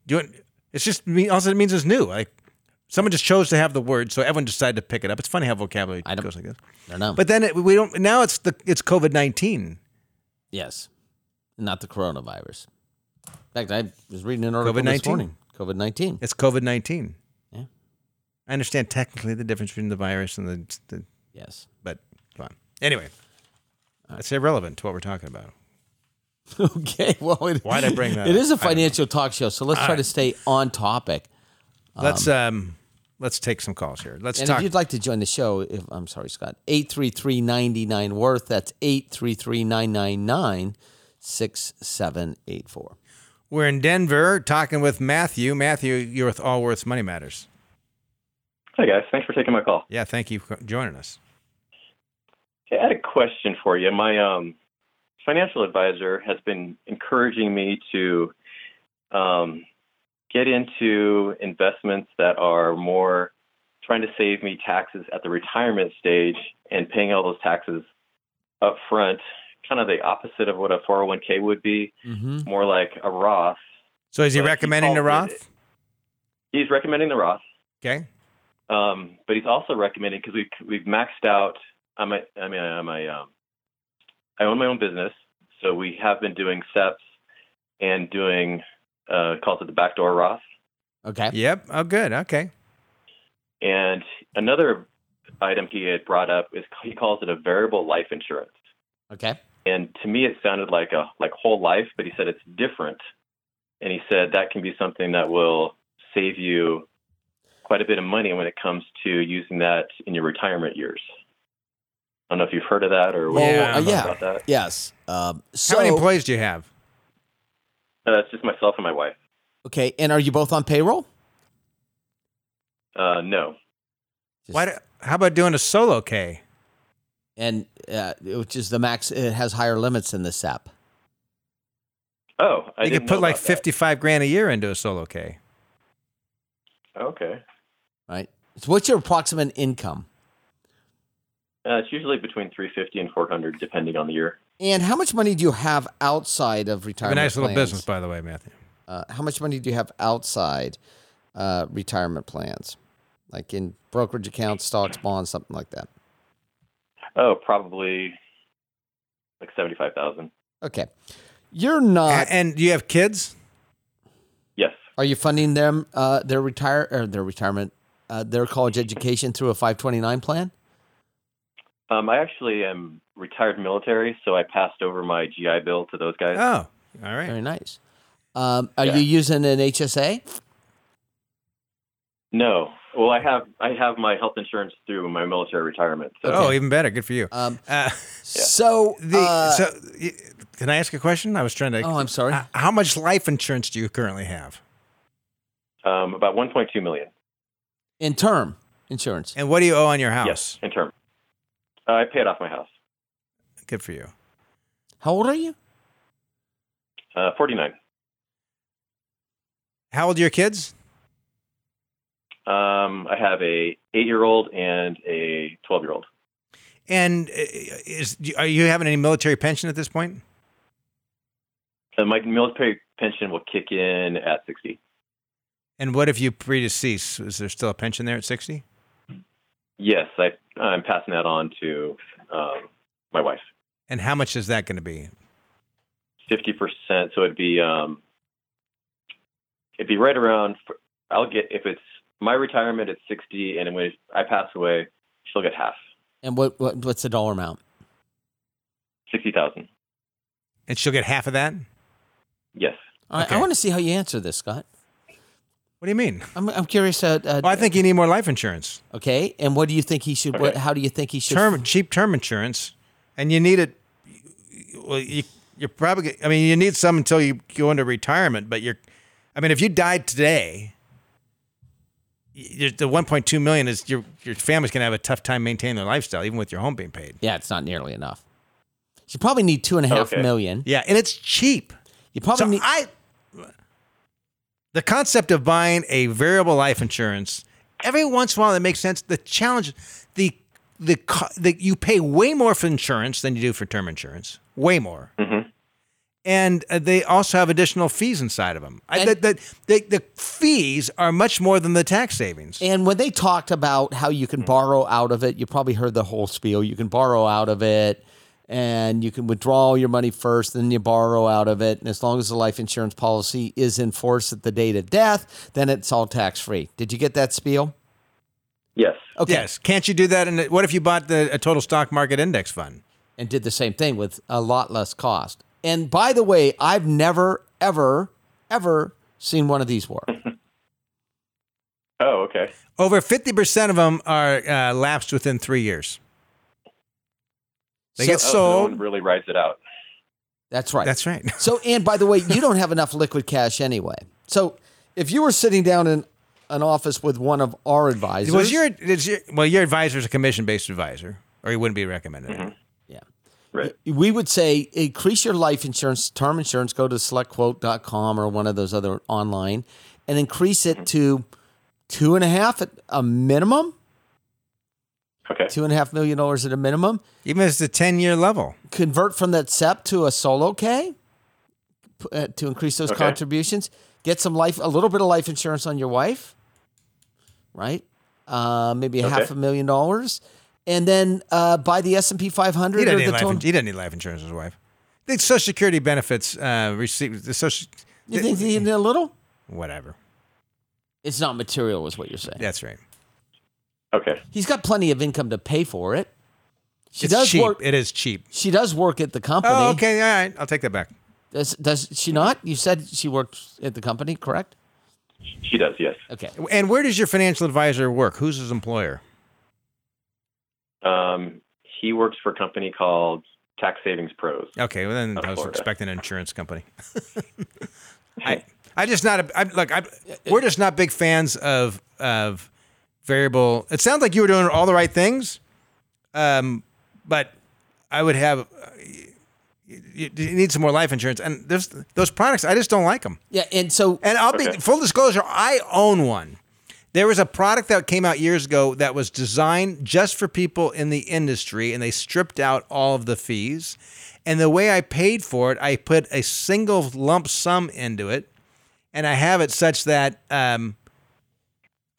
[SPEAKER 2] do it, it's just me. Also, it means it's new. Like, someone just chose to have the word, so everyone decided to pick it up. It's funny how vocabulary
[SPEAKER 3] I don't-
[SPEAKER 2] goes like this.
[SPEAKER 3] I don't know.
[SPEAKER 2] But then it, we don't. Now it's the it's COVID nineteen.
[SPEAKER 3] yes, not the coronavirus. In fact, I was reading an article this
[SPEAKER 2] COVID-19?
[SPEAKER 3] morning. COVID nineteen.
[SPEAKER 2] It's COVID nineteen.
[SPEAKER 3] Yeah.
[SPEAKER 2] I understand technically the difference between the virus and the, the
[SPEAKER 3] Yes.
[SPEAKER 2] but come on. Anyway,
[SPEAKER 3] Uh,
[SPEAKER 2] it's irrelevant to what we're talking about.
[SPEAKER 3] Okay. Well, it,
[SPEAKER 2] Why'd I bring that
[SPEAKER 3] It
[SPEAKER 2] up?
[SPEAKER 3] is a
[SPEAKER 2] I don't know.
[SPEAKER 3] financial talk show, so let's try to stay on topic.
[SPEAKER 2] let's um, let's take some calls here. Let's
[SPEAKER 3] And
[SPEAKER 2] talk.
[SPEAKER 3] if you'd like to join the show, if I'm sorry, Scott, 833-99 worth. That's 833-999-6784.
[SPEAKER 2] we're in Denver talking with Matthew. Matthew, you're with Allworth's Money Matters.
[SPEAKER 7] Hi guys, thanks for taking my call.
[SPEAKER 2] Yeah, thank you for joining us.
[SPEAKER 7] Hey, I had a question for you. My um, financial advisor has been encouraging me to um, get into investments that are more trying to save me taxes at the retirement stage and paying all those taxes up front, kind of the opposite of what a 401k would be,
[SPEAKER 3] Mm-hmm.
[SPEAKER 7] more like a Roth.
[SPEAKER 2] So, is he
[SPEAKER 7] Well, he
[SPEAKER 2] recommending the
[SPEAKER 7] called it-
[SPEAKER 2] Roth?
[SPEAKER 7] He's recommending the Roth.
[SPEAKER 2] Okay.
[SPEAKER 7] Um, but he's also recommending because we've we've maxed out. I'm a, I mean I'm a um, I own my own business, so we have been doing SEPs and doing uh, calls it the backdoor Roth.
[SPEAKER 3] Okay.
[SPEAKER 2] Yep. Oh, good. Okay.
[SPEAKER 7] And another item he had brought up is he calls it a variable life insurance.
[SPEAKER 3] Okay.
[SPEAKER 7] And to me, it sounded like a like whole life, but he said it's different. And he said that can be something that will save you quite a bit of money when it comes to using that in your retirement years. I don't know if you've heard of that or what
[SPEAKER 2] Yeah,
[SPEAKER 7] you
[SPEAKER 3] Well, uh,
[SPEAKER 7] know
[SPEAKER 3] yeah.
[SPEAKER 7] about that.
[SPEAKER 3] Yes. Um, so,
[SPEAKER 2] How many employees do you have?
[SPEAKER 7] Uh, it's just myself and my wife.
[SPEAKER 3] okay. And are you both on payroll?
[SPEAKER 7] Uh, no,
[SPEAKER 3] Just-
[SPEAKER 2] Why do, how about doing a solo K?
[SPEAKER 3] and uh, which is the max, it has higher limits than this app.
[SPEAKER 7] oh, I
[SPEAKER 2] You
[SPEAKER 7] didn't
[SPEAKER 2] could
[SPEAKER 7] know
[SPEAKER 2] put like
[SPEAKER 7] about that.
[SPEAKER 2] fifty-five grand a year into a solo K.
[SPEAKER 7] Okay,
[SPEAKER 3] right? So what's your approximate income?
[SPEAKER 7] uh, it's usually between three fifty and four hundred, depending on the year.
[SPEAKER 3] And how much money do you have outside of
[SPEAKER 2] Have a
[SPEAKER 3] retirement?
[SPEAKER 2] nice little
[SPEAKER 3] plans?
[SPEAKER 2] business, by the way, Matthew.
[SPEAKER 3] Uh, how much money do you have outside uh, retirement plans, like in brokerage accounts, stocks, bonds, something like that?
[SPEAKER 7] Oh, probably like seventy-five thousand.
[SPEAKER 3] Okay, You're not.
[SPEAKER 2] A- Uh, and do you have kids?
[SPEAKER 7] Yes.
[SPEAKER 3] Are you funding them uh, their retire or their retirement, uh, their college education through a 529 plan?
[SPEAKER 7] Um, I actually am retired military, so I passed over my GI Bill to those guys.
[SPEAKER 2] Oh, all right.
[SPEAKER 3] Very nice. Um, are
[SPEAKER 7] Yeah.
[SPEAKER 3] you using an HSA?
[SPEAKER 7] No. Well, I have I have my health insurance through my military retirement. So
[SPEAKER 2] Oh, even better. Good for you.
[SPEAKER 3] Um,
[SPEAKER 2] Uh,
[SPEAKER 3] So
[SPEAKER 2] the
[SPEAKER 3] uh,
[SPEAKER 2] so y- can I ask a question? I was trying to.
[SPEAKER 3] Oh, I'm sorry.
[SPEAKER 2] Uh, how much life insurance do you currently have?
[SPEAKER 7] um, about 1.2 million.
[SPEAKER 3] in term insurance.
[SPEAKER 2] And what do you owe on your house?
[SPEAKER 7] Yes, in term. Uh, I paid off my house.
[SPEAKER 2] Good for you.
[SPEAKER 3] How old are you?
[SPEAKER 7] Uh, 49.
[SPEAKER 2] How old are your kids?
[SPEAKER 7] Um, I have a eight year old and a 12 year old.
[SPEAKER 2] And uh, is are you having any military pension at this point?
[SPEAKER 7] And my military pension will kick in at 60.
[SPEAKER 2] And what if you predecease? Is there still a pension there at sixty?
[SPEAKER 7] Yes, I, I'm passing that on to um, my wife.
[SPEAKER 2] And how much is that going to be?
[SPEAKER 7] 50%. So it'd be, um, it'd be right around, I'll get, if it's my retirement at 60 and when I pass away, she'll get half,
[SPEAKER 3] And what, what what's the dollar amount?
[SPEAKER 7] 60,000.
[SPEAKER 2] And she'll get half of that.
[SPEAKER 7] Yes.
[SPEAKER 3] All right, I
[SPEAKER 2] Okay.
[SPEAKER 3] want to see how you answer this, Scott.
[SPEAKER 2] What do you mean?
[SPEAKER 3] I'm I'm curious. Uh, uh,
[SPEAKER 2] Well, I think you need more life insurance.
[SPEAKER 3] okay. And what do you think he should? What, how do you think he should?
[SPEAKER 2] term cheap term insurance, and you need it. Well, you you're probably. I mean, you need some until you go into retirement. But you're. I mean, if you died today, you the 1.2 million is your your family's gonna have a tough time maintaining their lifestyle, even with your home being paid.
[SPEAKER 3] Yeah, it's not nearly enough. You probably need two and a half
[SPEAKER 7] Okay.
[SPEAKER 3] million.
[SPEAKER 2] Yeah, and it's cheap.
[SPEAKER 3] You probably
[SPEAKER 2] so
[SPEAKER 3] need.
[SPEAKER 2] I. The concept of buying a variable life insurance every once in a while that makes sense. The challenge, the the co- the you pay way more for insurance than you do for term insurance, way more. And uh, they also have additional fees inside of them. I,
[SPEAKER 3] And-
[SPEAKER 2] that that the, the fees are much more than the tax savings.
[SPEAKER 3] and when they talked about how you
[SPEAKER 2] Hmm.
[SPEAKER 3] can borrow out of it, you probably heard the whole spiel. You can borrow out of it, and you can withdraw your money first, then you borrow out of it. And as long as the life insurance policy is in force at the date of death, then it's all tax free. Did you get that spiel?
[SPEAKER 7] Yes.
[SPEAKER 3] Okay.
[SPEAKER 2] Yes, can't you do that? And what if you bought the a total stock market index fund?
[SPEAKER 3] and did the same thing with a lot less cost. And by the way, I've never, ever, ever seen one of these work.
[SPEAKER 7] Oh, okay.
[SPEAKER 2] Over fifty percent of them are uh, lapsed within three years. They
[SPEAKER 3] So-
[SPEAKER 2] get
[SPEAKER 7] Oh,
[SPEAKER 2] sold.
[SPEAKER 7] no one really rides it out.
[SPEAKER 3] That's right.
[SPEAKER 2] That's right.
[SPEAKER 3] So, and by the way, you don't have enough liquid cash anyway. So, if you were sitting down in an office with one of our advisors,
[SPEAKER 2] Was your, is your well, your advisor is a commission based advisor, or you wouldn't be recommended.
[SPEAKER 3] Mm-hmm. yeah.
[SPEAKER 7] Right.
[SPEAKER 3] we would say increase your life insurance, term insurance, go to selectquote.com or one of those other online and increase it to two and a half at a minimum,
[SPEAKER 7] Okay.
[SPEAKER 3] two and a half million dollars at a minimum.
[SPEAKER 2] Even if it's a ten year level.
[SPEAKER 3] convert from that SEP to a solo K p- uh, to increase those
[SPEAKER 7] Okay.
[SPEAKER 3] contributions. Get some life, a little bit of life insurance on your wife, right? Uh, maybe a
[SPEAKER 7] Okay.
[SPEAKER 3] half a million dollars, and then uh, buy the S and P 500
[SPEAKER 2] He doesn't,
[SPEAKER 3] or the
[SPEAKER 2] need life,
[SPEAKER 3] total-
[SPEAKER 2] in- he doesn't need life insurance. His wife. The Social Security benefits uh, receive the social.
[SPEAKER 3] You think you need a little?
[SPEAKER 2] whatever.
[SPEAKER 3] It's not material, is what you're saying.
[SPEAKER 2] That's right.
[SPEAKER 7] Okay.
[SPEAKER 3] He's got plenty of income to pay for it. She
[SPEAKER 2] it's
[SPEAKER 3] does
[SPEAKER 2] cheap.
[SPEAKER 3] work.
[SPEAKER 2] It is cheap.
[SPEAKER 3] She does work at the company.
[SPEAKER 2] Oh, okay. All right. I'll take that back.
[SPEAKER 3] Does does she not? You said she works at the company, correct?
[SPEAKER 7] She does, yes.
[SPEAKER 3] Okay.
[SPEAKER 2] And where does your financial advisor work? Who's his employer?
[SPEAKER 7] Um, he works for a company called Tax Savings Pros.
[SPEAKER 2] Okay, well then
[SPEAKER 7] Out of
[SPEAKER 2] I was
[SPEAKER 7] Florida.
[SPEAKER 2] expecting an insurance company. I I just not a I, look. I, we're just not big fans of of variable. It sounds like you were doing all the right things, um, but I would have you, you need some more life insurance. And there's those products. I just don't like them.
[SPEAKER 3] Yeah, and so
[SPEAKER 2] And I'll be
[SPEAKER 7] Okay.
[SPEAKER 2] full disclosure, I own one. There was a product that came out years ago that was designed just for people in the industry, and they stripped out all of the fees. And the way I paid for it, I put a single lump sum into it, and I have it such that um,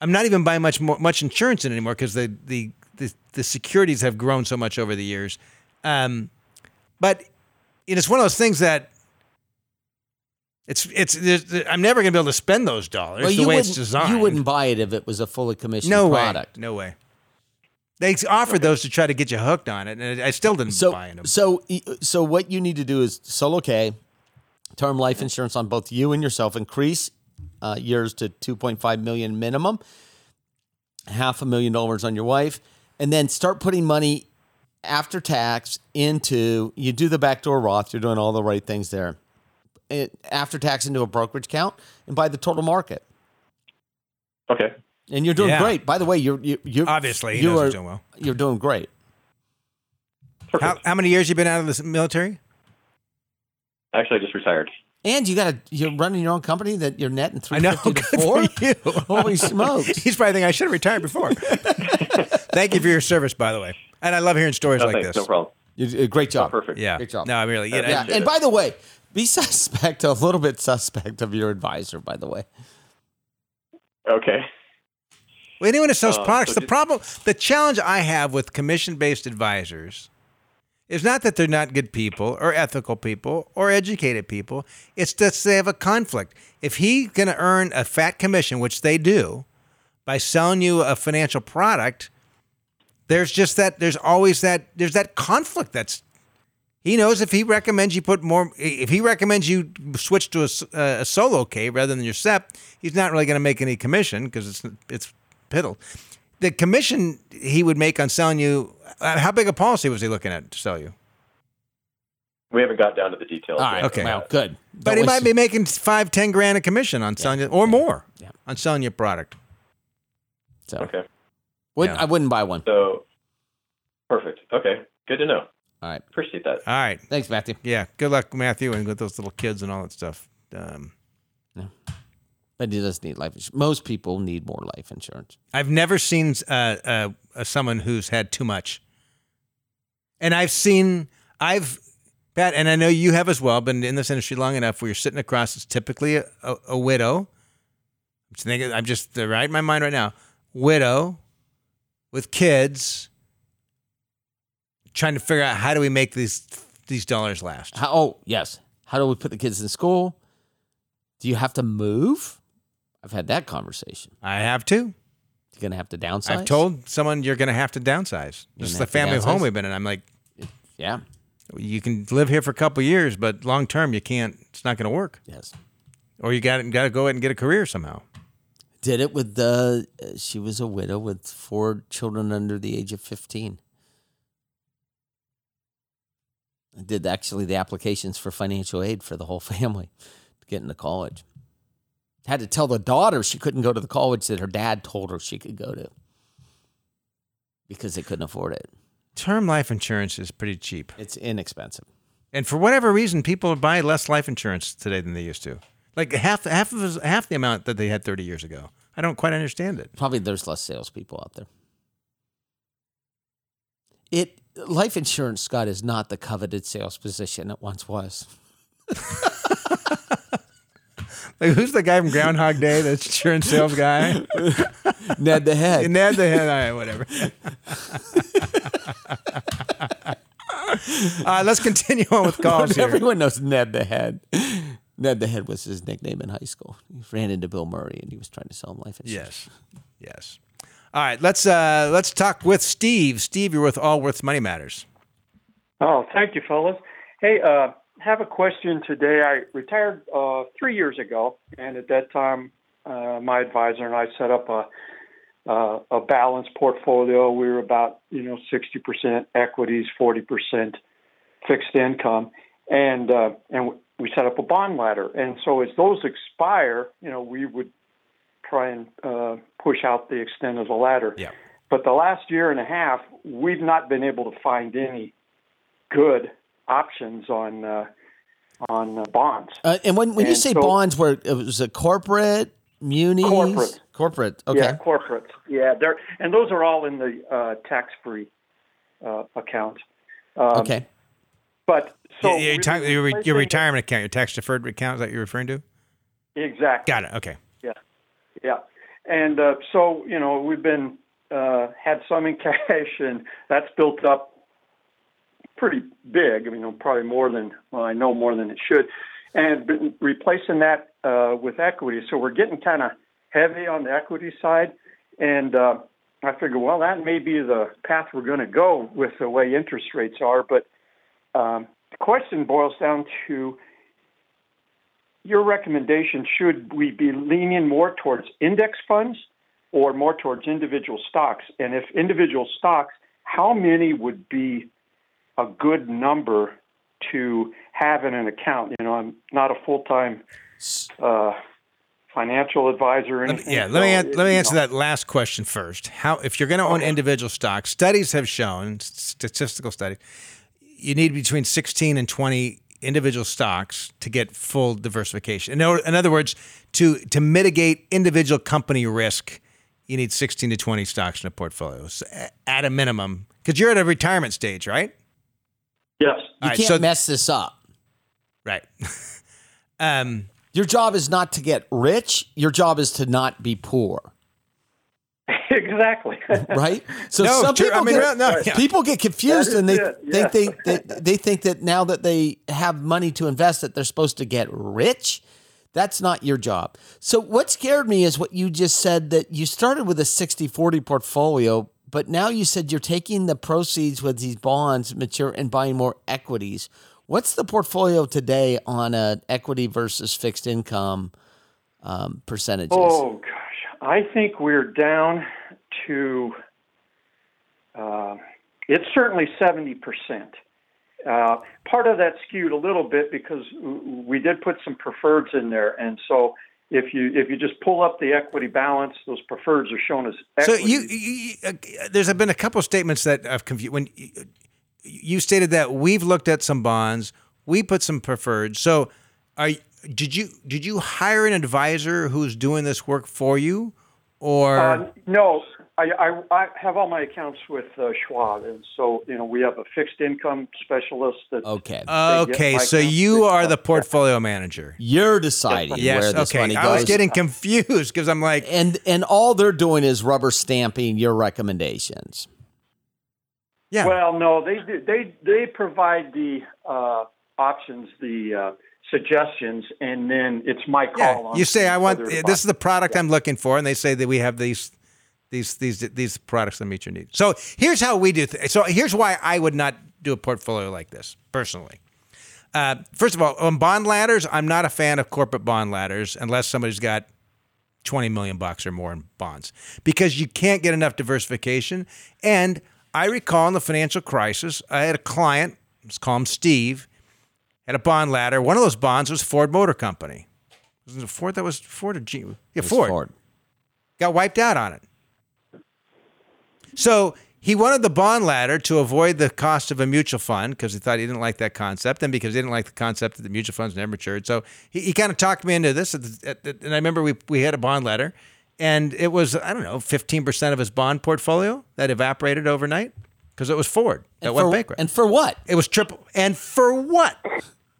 [SPEAKER 2] I'm not even buying much more, much insurance in anymore because the, the the the securities have grown so much over the years. Um, but it's one of those things that It's it's. there's- I'm never going to be able to spend those dollars the way it's
[SPEAKER 3] wouldn't-
[SPEAKER 2] designed.
[SPEAKER 3] You wouldn't buy it if it was a fully commissioned
[SPEAKER 2] No
[SPEAKER 3] product.
[SPEAKER 2] way. No way. They offered those to try to get you hooked on it, and I still didn't buy
[SPEAKER 3] So,
[SPEAKER 2] them.
[SPEAKER 3] so, e, so what you need to do is solo K, term life insurance on both you and yourself. Increase uh, yours to two point five million minimum, half a million dollars on your wife, and then start putting money after tax into. You do the backdoor Roth. You're doing all the right things there. It, after tax into a brokerage account and buy the total market.
[SPEAKER 7] Okay.
[SPEAKER 3] And you're doing
[SPEAKER 2] Yeah.
[SPEAKER 3] great. By the way, you're you, you're
[SPEAKER 2] Obviously, he
[SPEAKER 3] you
[SPEAKER 2] knows
[SPEAKER 3] are
[SPEAKER 2] he's doing well.
[SPEAKER 3] you're doing great.
[SPEAKER 7] Perfect.
[SPEAKER 2] How, how many years you been out of the military?
[SPEAKER 7] Actually, I just retired.
[SPEAKER 3] And you got to you're running your own company that you're netting
[SPEAKER 2] I know.
[SPEAKER 3] 350
[SPEAKER 2] Good for
[SPEAKER 3] to 4. Holy smokes.
[SPEAKER 2] He's probably thinking I should have retired before. Thank you for your service, by the way. And I love hearing stories
[SPEAKER 7] No,
[SPEAKER 2] like
[SPEAKER 7] Oh, thanks.
[SPEAKER 2] this.
[SPEAKER 7] No problem.
[SPEAKER 3] You did a great job.
[SPEAKER 7] Oh, Perfect.
[SPEAKER 2] Yeah.
[SPEAKER 3] Great job.
[SPEAKER 2] No, I really. Yeah,
[SPEAKER 3] Yeah.
[SPEAKER 2] I-
[SPEAKER 3] And by the way, be suspect a little bit suspect of your advisor by the way.
[SPEAKER 7] Okay.
[SPEAKER 2] Well, anyone who sells
[SPEAKER 7] Uh,
[SPEAKER 2] products,
[SPEAKER 7] so
[SPEAKER 2] the
[SPEAKER 7] did-
[SPEAKER 2] problem, the challenge I have with commission-based advisors is not that they're not good people or ethical people or educated people. It's that they have a conflict. If he's going to earn a fat commission, which they do, by selling you a financial product, there's just that. There's always that. There's that conflict. That's he knows if he recommends you put more, if he recommends you switch to a, s- uh, a solo K rather than your SEP, he's not really going to make any commission because it's it's piddle. The commission he would make on selling you, uh, how big a policy was he looking at to sell you?
[SPEAKER 7] We haven't got down to the details.
[SPEAKER 3] All right.
[SPEAKER 2] Okay.
[SPEAKER 3] Well, good. Don't
[SPEAKER 2] But he might
[SPEAKER 3] waste-
[SPEAKER 2] be making five, ten grand a commission on selling you, or more
[SPEAKER 3] Yeah.
[SPEAKER 2] on selling your product.
[SPEAKER 3] so.
[SPEAKER 7] Okay.
[SPEAKER 3] Wouldn't-
[SPEAKER 2] Yeah.
[SPEAKER 3] I wouldn't buy one.
[SPEAKER 7] So, perfect. Okay. Good to know.
[SPEAKER 3] All right.
[SPEAKER 7] Appreciate that.
[SPEAKER 2] All right.
[SPEAKER 3] Thanks, Matthew.
[SPEAKER 2] Yeah. Good luck, Matthew, and with those little kids and all that stuff. Um,
[SPEAKER 3] But he does need life insurance. Most people need more life insurance.
[SPEAKER 2] I've never seen uh, uh, uh, someone who's had too much. And I've seen, I've, Pat, and I know you have as well, been in this industry long enough where you're sitting across, it's typically a, a, a widow. I'm just, thinking, I'm just uh, right in my mind right now. Widow with kids trying to figure out how do we make these these dollars last.
[SPEAKER 3] How, oh, yes. How do we put the kids in school? Do you have to move? I've had that conversation.
[SPEAKER 2] I have to.
[SPEAKER 3] You're going to have to downsize.
[SPEAKER 2] I've told someone you're going to have to downsize.
[SPEAKER 3] You're
[SPEAKER 2] This is
[SPEAKER 3] gonna
[SPEAKER 2] the
[SPEAKER 3] have to
[SPEAKER 2] family home
[SPEAKER 3] downsize?
[SPEAKER 2] we've been in. I'm like,
[SPEAKER 3] Yeah.
[SPEAKER 2] you can live here for a couple of years, but long term you can't. It's not going to work.
[SPEAKER 3] Yes.
[SPEAKER 2] Or you got got to go ahead and get a career somehow.
[SPEAKER 3] Did it with the. uh, She was a widow with four children under the age of fifteen. I did actually the applications for financial aid for the whole family to get into college. Had to tell the daughter she couldn't go to the college that her dad told her she could go to because they couldn't afford it.
[SPEAKER 2] Term life insurance is pretty cheap,
[SPEAKER 3] It's inexpensive.
[SPEAKER 2] and for whatever reason, people buy less life insurance today than they used to. Like half half of half the amount that they had 30 years ago. I don't quite understand it.
[SPEAKER 3] Probably there's less salespeople out there. It life insurance, Scott, is not the coveted sales position it once was.
[SPEAKER 2] Like who's the guy from Groundhog Day? The insurance sales guy.
[SPEAKER 3] Ned the head.
[SPEAKER 2] And that's the head. All right, whatever. uh, let's continue on with calls here.
[SPEAKER 3] Everyone knows Ned the head. Ned the head was his nickname in high school. He ran into Bill Murray and he was trying to sell him life insurance.
[SPEAKER 2] Yes. Yes. All right, let's uh, let's talk with Steve. Steve, you're with Allworth's Money Matters.
[SPEAKER 8] Oh, thank you, fellas. Hey, uh, have a question today. I retired uh, three years ago, and at that time, uh, my advisor and I set up a uh, a balanced portfolio. We were about you know sixty percent equities, forty percent fixed income, and uh, and we set up a bond ladder. And so as those expire, you know, we would try and uh, push out the extent of the ladder.
[SPEAKER 2] Yeah.
[SPEAKER 8] But the last year and a half, we've not been able to find any good options on uh, on uh, bonds.
[SPEAKER 3] Uh, and when, when you
[SPEAKER 8] And
[SPEAKER 3] say
[SPEAKER 8] so-
[SPEAKER 3] bonds, where it was a corporate, munis,
[SPEAKER 8] Corporate.
[SPEAKER 3] corporate. Okay.
[SPEAKER 8] Yeah, corporate. Yeah, they're and those are all in the uh, tax-free uh, account. Um,
[SPEAKER 3] okay.
[SPEAKER 8] But so
[SPEAKER 2] your, your,
[SPEAKER 8] we-
[SPEAKER 2] time- your, your
[SPEAKER 8] replacing-
[SPEAKER 2] retirement account, your tax deferred account, is that you're referring to?
[SPEAKER 8] Exactly.
[SPEAKER 2] Got it. Okay.
[SPEAKER 8] Yeah, and uh, so you know we've been uh, had some in cash, and that's built up pretty big. I mean, probably more than well, I know more than it should. and been replacing that uh, with equity. So we're getting kind of heavy on the equity side, and uh, I figure, well, that may be the path we're going to go with the way interest rates are. But um, the question boils down to your recommendation: Should we be leaning more towards index funds or more towards individual stocks? And if individual stocks, how many would be a good number to have in an account. You know, I'm not a full time uh, financial advisor. Or anything,
[SPEAKER 2] yeah, let me
[SPEAKER 8] so
[SPEAKER 2] an-
[SPEAKER 8] it-
[SPEAKER 2] let me
[SPEAKER 8] you
[SPEAKER 2] answer
[SPEAKER 8] know.
[SPEAKER 2] that last question first. How if you're going to own individual stocks, studies have shown statistical studies, you need between 16 and 20 individual stocks to get full diversification. In, o- in other words, to to mitigate individual company risk, you need 16 to 20 stocks in a portfolio so a- at a minimum because you're at a retirement stage, right?
[SPEAKER 8] Yes.
[SPEAKER 3] You
[SPEAKER 2] All right,
[SPEAKER 3] can't
[SPEAKER 2] so-
[SPEAKER 3] mess this up.
[SPEAKER 2] Right. um,
[SPEAKER 3] Your job is not to get rich. Your job is to not be poor,
[SPEAKER 8] exactly.
[SPEAKER 3] right? So
[SPEAKER 2] No,
[SPEAKER 3] some
[SPEAKER 2] true.
[SPEAKER 3] people
[SPEAKER 2] I mean,
[SPEAKER 3] get,
[SPEAKER 2] no, yeah.
[SPEAKER 3] people get confused
[SPEAKER 8] That
[SPEAKER 3] and they
[SPEAKER 8] is it,
[SPEAKER 3] think they, they they think that now that they have money to invest that they're supposed to get rich. That's not your job. So what scared me is what you just said that you started with a 60/40 portfolio, but now you said you're taking the proceeds with these bonds mature and buying more equities. What's the portfolio today on a equity versus fixed income um, percentages?
[SPEAKER 8] oh gosh, I think we're down to. um it's certainly seventy percent. Uh, part of that skewed a little bit because w- we did put some preferreds in there, and so if you if you just pull up the equity balance, those preferreds are shown as
[SPEAKER 2] So
[SPEAKER 8] equity.
[SPEAKER 2] you, you, you- uh, there's been a couple statements that I've confused. When you, you stated that we've looked at some bonds, we put some preferred. So, are y- did you did you hire an advisor who's doing this work for you, or
[SPEAKER 8] Uh, no, I, I, I have all my accounts with uh, Schwab, and so you know we have a fixed income specialist that
[SPEAKER 3] Okay.
[SPEAKER 8] they get
[SPEAKER 2] okay?
[SPEAKER 8] my
[SPEAKER 2] So
[SPEAKER 8] account.
[SPEAKER 2] you are the portfolio manager.
[SPEAKER 3] You're deciding where
[SPEAKER 2] Yes.
[SPEAKER 3] this money
[SPEAKER 2] Okay.
[SPEAKER 3] goes.
[SPEAKER 2] I was getting confused because I'm like,
[SPEAKER 3] and and all they're doing is rubber stamping your recommendations.
[SPEAKER 2] yeah,
[SPEAKER 8] Well, no, they do- they they provide the uh, options, the uh, suggestions, and then it's my call.
[SPEAKER 2] yeah.
[SPEAKER 8] on
[SPEAKER 2] You say I want
[SPEAKER 8] whether to buy.
[SPEAKER 2] this is the product I'm looking for, and they say that we have these. These, these these products that meet your needs. So here's how we do. Th- so here's why I would not do a portfolio like this personally. Uh, first of all, on bond ladders, I'm not a fan of corporate bond ladders unless somebody's got 20 million bucks or more in bonds because you can't get enough diversification. And I recall in the financial crisis, I had a client, let's call him Steve, had a bond ladder. One of those bonds was Ford Motor Company. Was it Ford that was Ford or G? Yeah,
[SPEAKER 3] It's
[SPEAKER 2] Ford got wiped out on it. So he wanted the bond ladder to avoid the cost of a mutual fund because he thought he didn't like that concept, and because he didn't like the concept that the mutual funds never matured. So he, he kind of talked me into this, at the, at the- and I remember we we had a bond ladder, and it was I don't know fifteen percent of his bond portfolio that evaporated overnight because it was Ford that
[SPEAKER 3] And
[SPEAKER 2] went
[SPEAKER 3] for-
[SPEAKER 2] bankrupt.
[SPEAKER 3] And for what?
[SPEAKER 2] it was triple, and for what?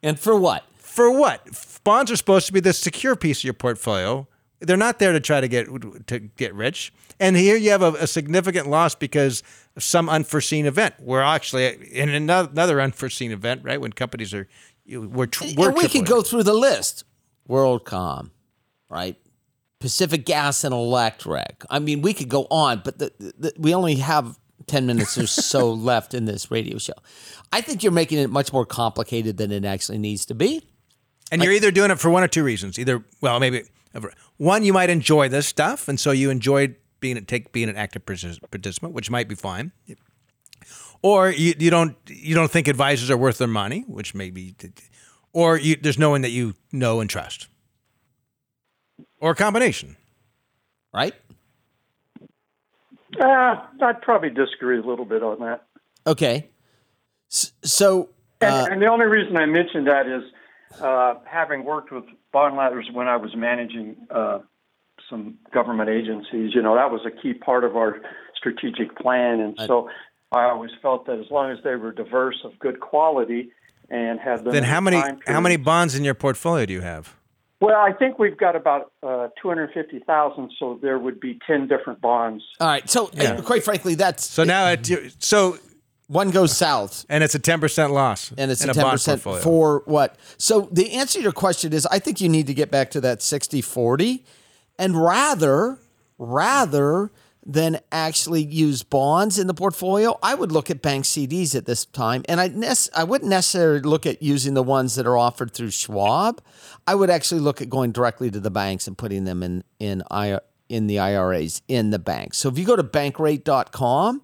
[SPEAKER 3] And for what?
[SPEAKER 2] for what? F- Bonds are supposed to be the secure piece of your portfolio. They're not there to try to get to get rich. And here you have a, a significant loss because of some unforeseen event. We're actually in another, another unforeseen event, right? When companies are you- we're, tr- we're
[SPEAKER 3] and we could
[SPEAKER 2] tripling.
[SPEAKER 3] go through the list. WorldCom, right? Pacific Gas and Electric. I mean, we could go on, but the, the, the- we only have 10 minutes or so left in this radio show. I think you're making it much more complicated than it actually needs to be.
[SPEAKER 2] And you're either doing it for one or two reasons. Either well, maybe one, you might enjoy this stuff, and so you enjoyed being take being an active partic- participant, which might be fine. Or you, you don't you don't think advisors are worth their money, which maybe, or you, there's no one that you know and trust, or a combination.
[SPEAKER 3] right?
[SPEAKER 8] Uh, I'd probably disagree a little bit on that.
[SPEAKER 3] Okay. S- So,
[SPEAKER 8] And,
[SPEAKER 3] uh,
[SPEAKER 8] and the only reason I mentioned that is uh, having worked with bond ladders when I was managing uh, some government agencies, you know, that was a key part of our strategic plan. And so I always felt that as long as they were diverse, of good quality, and had them
[SPEAKER 2] Then how many
[SPEAKER 8] time
[SPEAKER 2] how many
[SPEAKER 8] periods-
[SPEAKER 2] bonds in your portfolio do you have?
[SPEAKER 8] Well, I think we've got about uh, 250,000, so there would be 10 different bonds.
[SPEAKER 3] all right. So, uh, quite frankly, that's
[SPEAKER 2] So now it, so
[SPEAKER 3] One goes south.
[SPEAKER 2] And it's a 10% loss.
[SPEAKER 3] and it's
[SPEAKER 2] in
[SPEAKER 3] a
[SPEAKER 2] bond
[SPEAKER 3] ten percent
[SPEAKER 2] portfolio.
[SPEAKER 3] for what? So the answer to your question is, I think you need to get back to that 60-40 and rather rather than actually use bonds in the portfolio, I would look at bank CDs at this time, and I nec- I wouldn't necessarily look at using the ones that are offered through Schwab. I would actually look at going directly to the banks and putting them in in I, in the IRAs in the banks. So if you go to bankrate.com,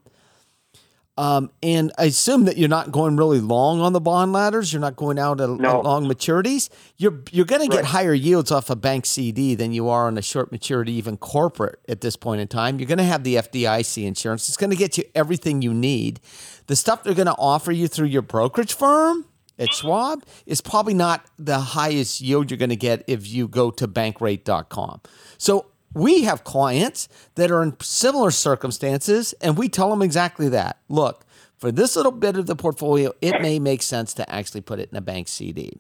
[SPEAKER 3] um, and I assume that you're not going really long on the bond ladders. You're not going out at
[SPEAKER 8] No.
[SPEAKER 3] at long maturities. You're you're going to get higher yields off a bank CD than you are on a short maturity, even corporate at this point in time. You're going to have the FDIC insurance. It's going to get you everything you need. The stuff they're going to offer you through your brokerage firm at Schwab is probably not the highest yield you're going to get if you go to bankrate.com. So we have clients that are in similar circumstances, and we tell them exactly that. Look, for this little bit of the portfolio, it may make sense to actually put it in a bank CD.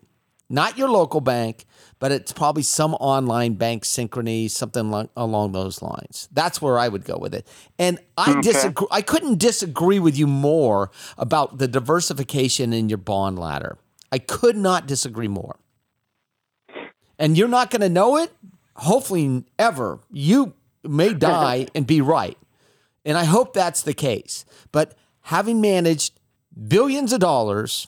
[SPEAKER 3] Not your local bank, but it's probably some online bank synchrony, something lo- along those lines. That's where I would go with it. And I disagree. I couldn't disagree with you more about the diversification in your bond ladder. I could not disagree more and you're not going to know it hopefully ever you may die and be right and i hope that's the case but having managed billions of dollars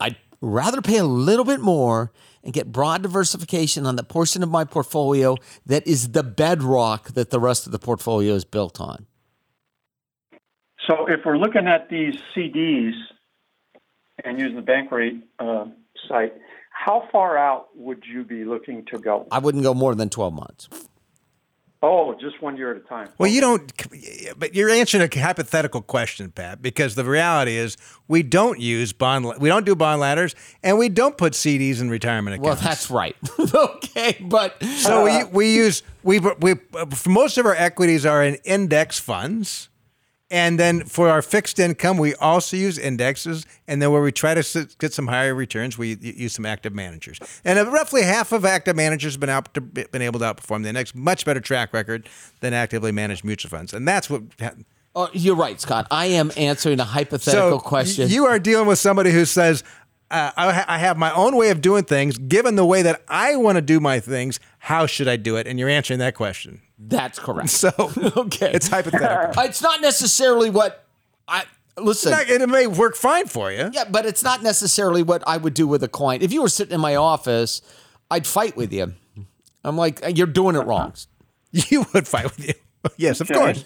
[SPEAKER 3] i'd rather pay a little bit more and get broad diversification on the portion of my portfolio that is the bedrock that the rest of the portfolio is built on
[SPEAKER 8] So if we're looking at these CDs and using the bank rate uh, site, how far out would you be looking to go?
[SPEAKER 3] i wouldn't go more than 12 months
[SPEAKER 8] Oh, just one year at a time.
[SPEAKER 2] Well, you don't, but you're answering a hypothetical question, Pat, because the reality is we don't use bond, we don't do bond ladders, and we don't put CDs in retirement
[SPEAKER 3] well
[SPEAKER 2] accounts.
[SPEAKER 3] that's right okay but
[SPEAKER 2] so we, we use we we most of our equities are in index funds, and then for our fixed income we also use indexes, and then where we try to s- get some higher returns we u- use some active managers, and uh, roughly half of active managers have been out to, been able to outperform the index, much better track record than actively managed mutual funds, and that's what.
[SPEAKER 3] oh, you're right scott i am answering a
[SPEAKER 2] So
[SPEAKER 3] hypothetical
[SPEAKER 2] y-
[SPEAKER 3] question
[SPEAKER 2] you are dealing with somebody who says. Uh, I, ha- I have my own way of doing things. Given the way that I want to do my things, how should I do it? And you're answering that question.
[SPEAKER 3] that's correct
[SPEAKER 2] So
[SPEAKER 3] okay
[SPEAKER 2] it's hypothetical.
[SPEAKER 3] It's not necessarily what I listen.
[SPEAKER 2] it may work fine for you.
[SPEAKER 3] yeah, but it's not necessarily what I would do with a client. If you were sitting in my office, I'd fight with you. I'm like, "Uh, you're doing it wrong.
[SPEAKER 2] You would fight with you. Yes, of course.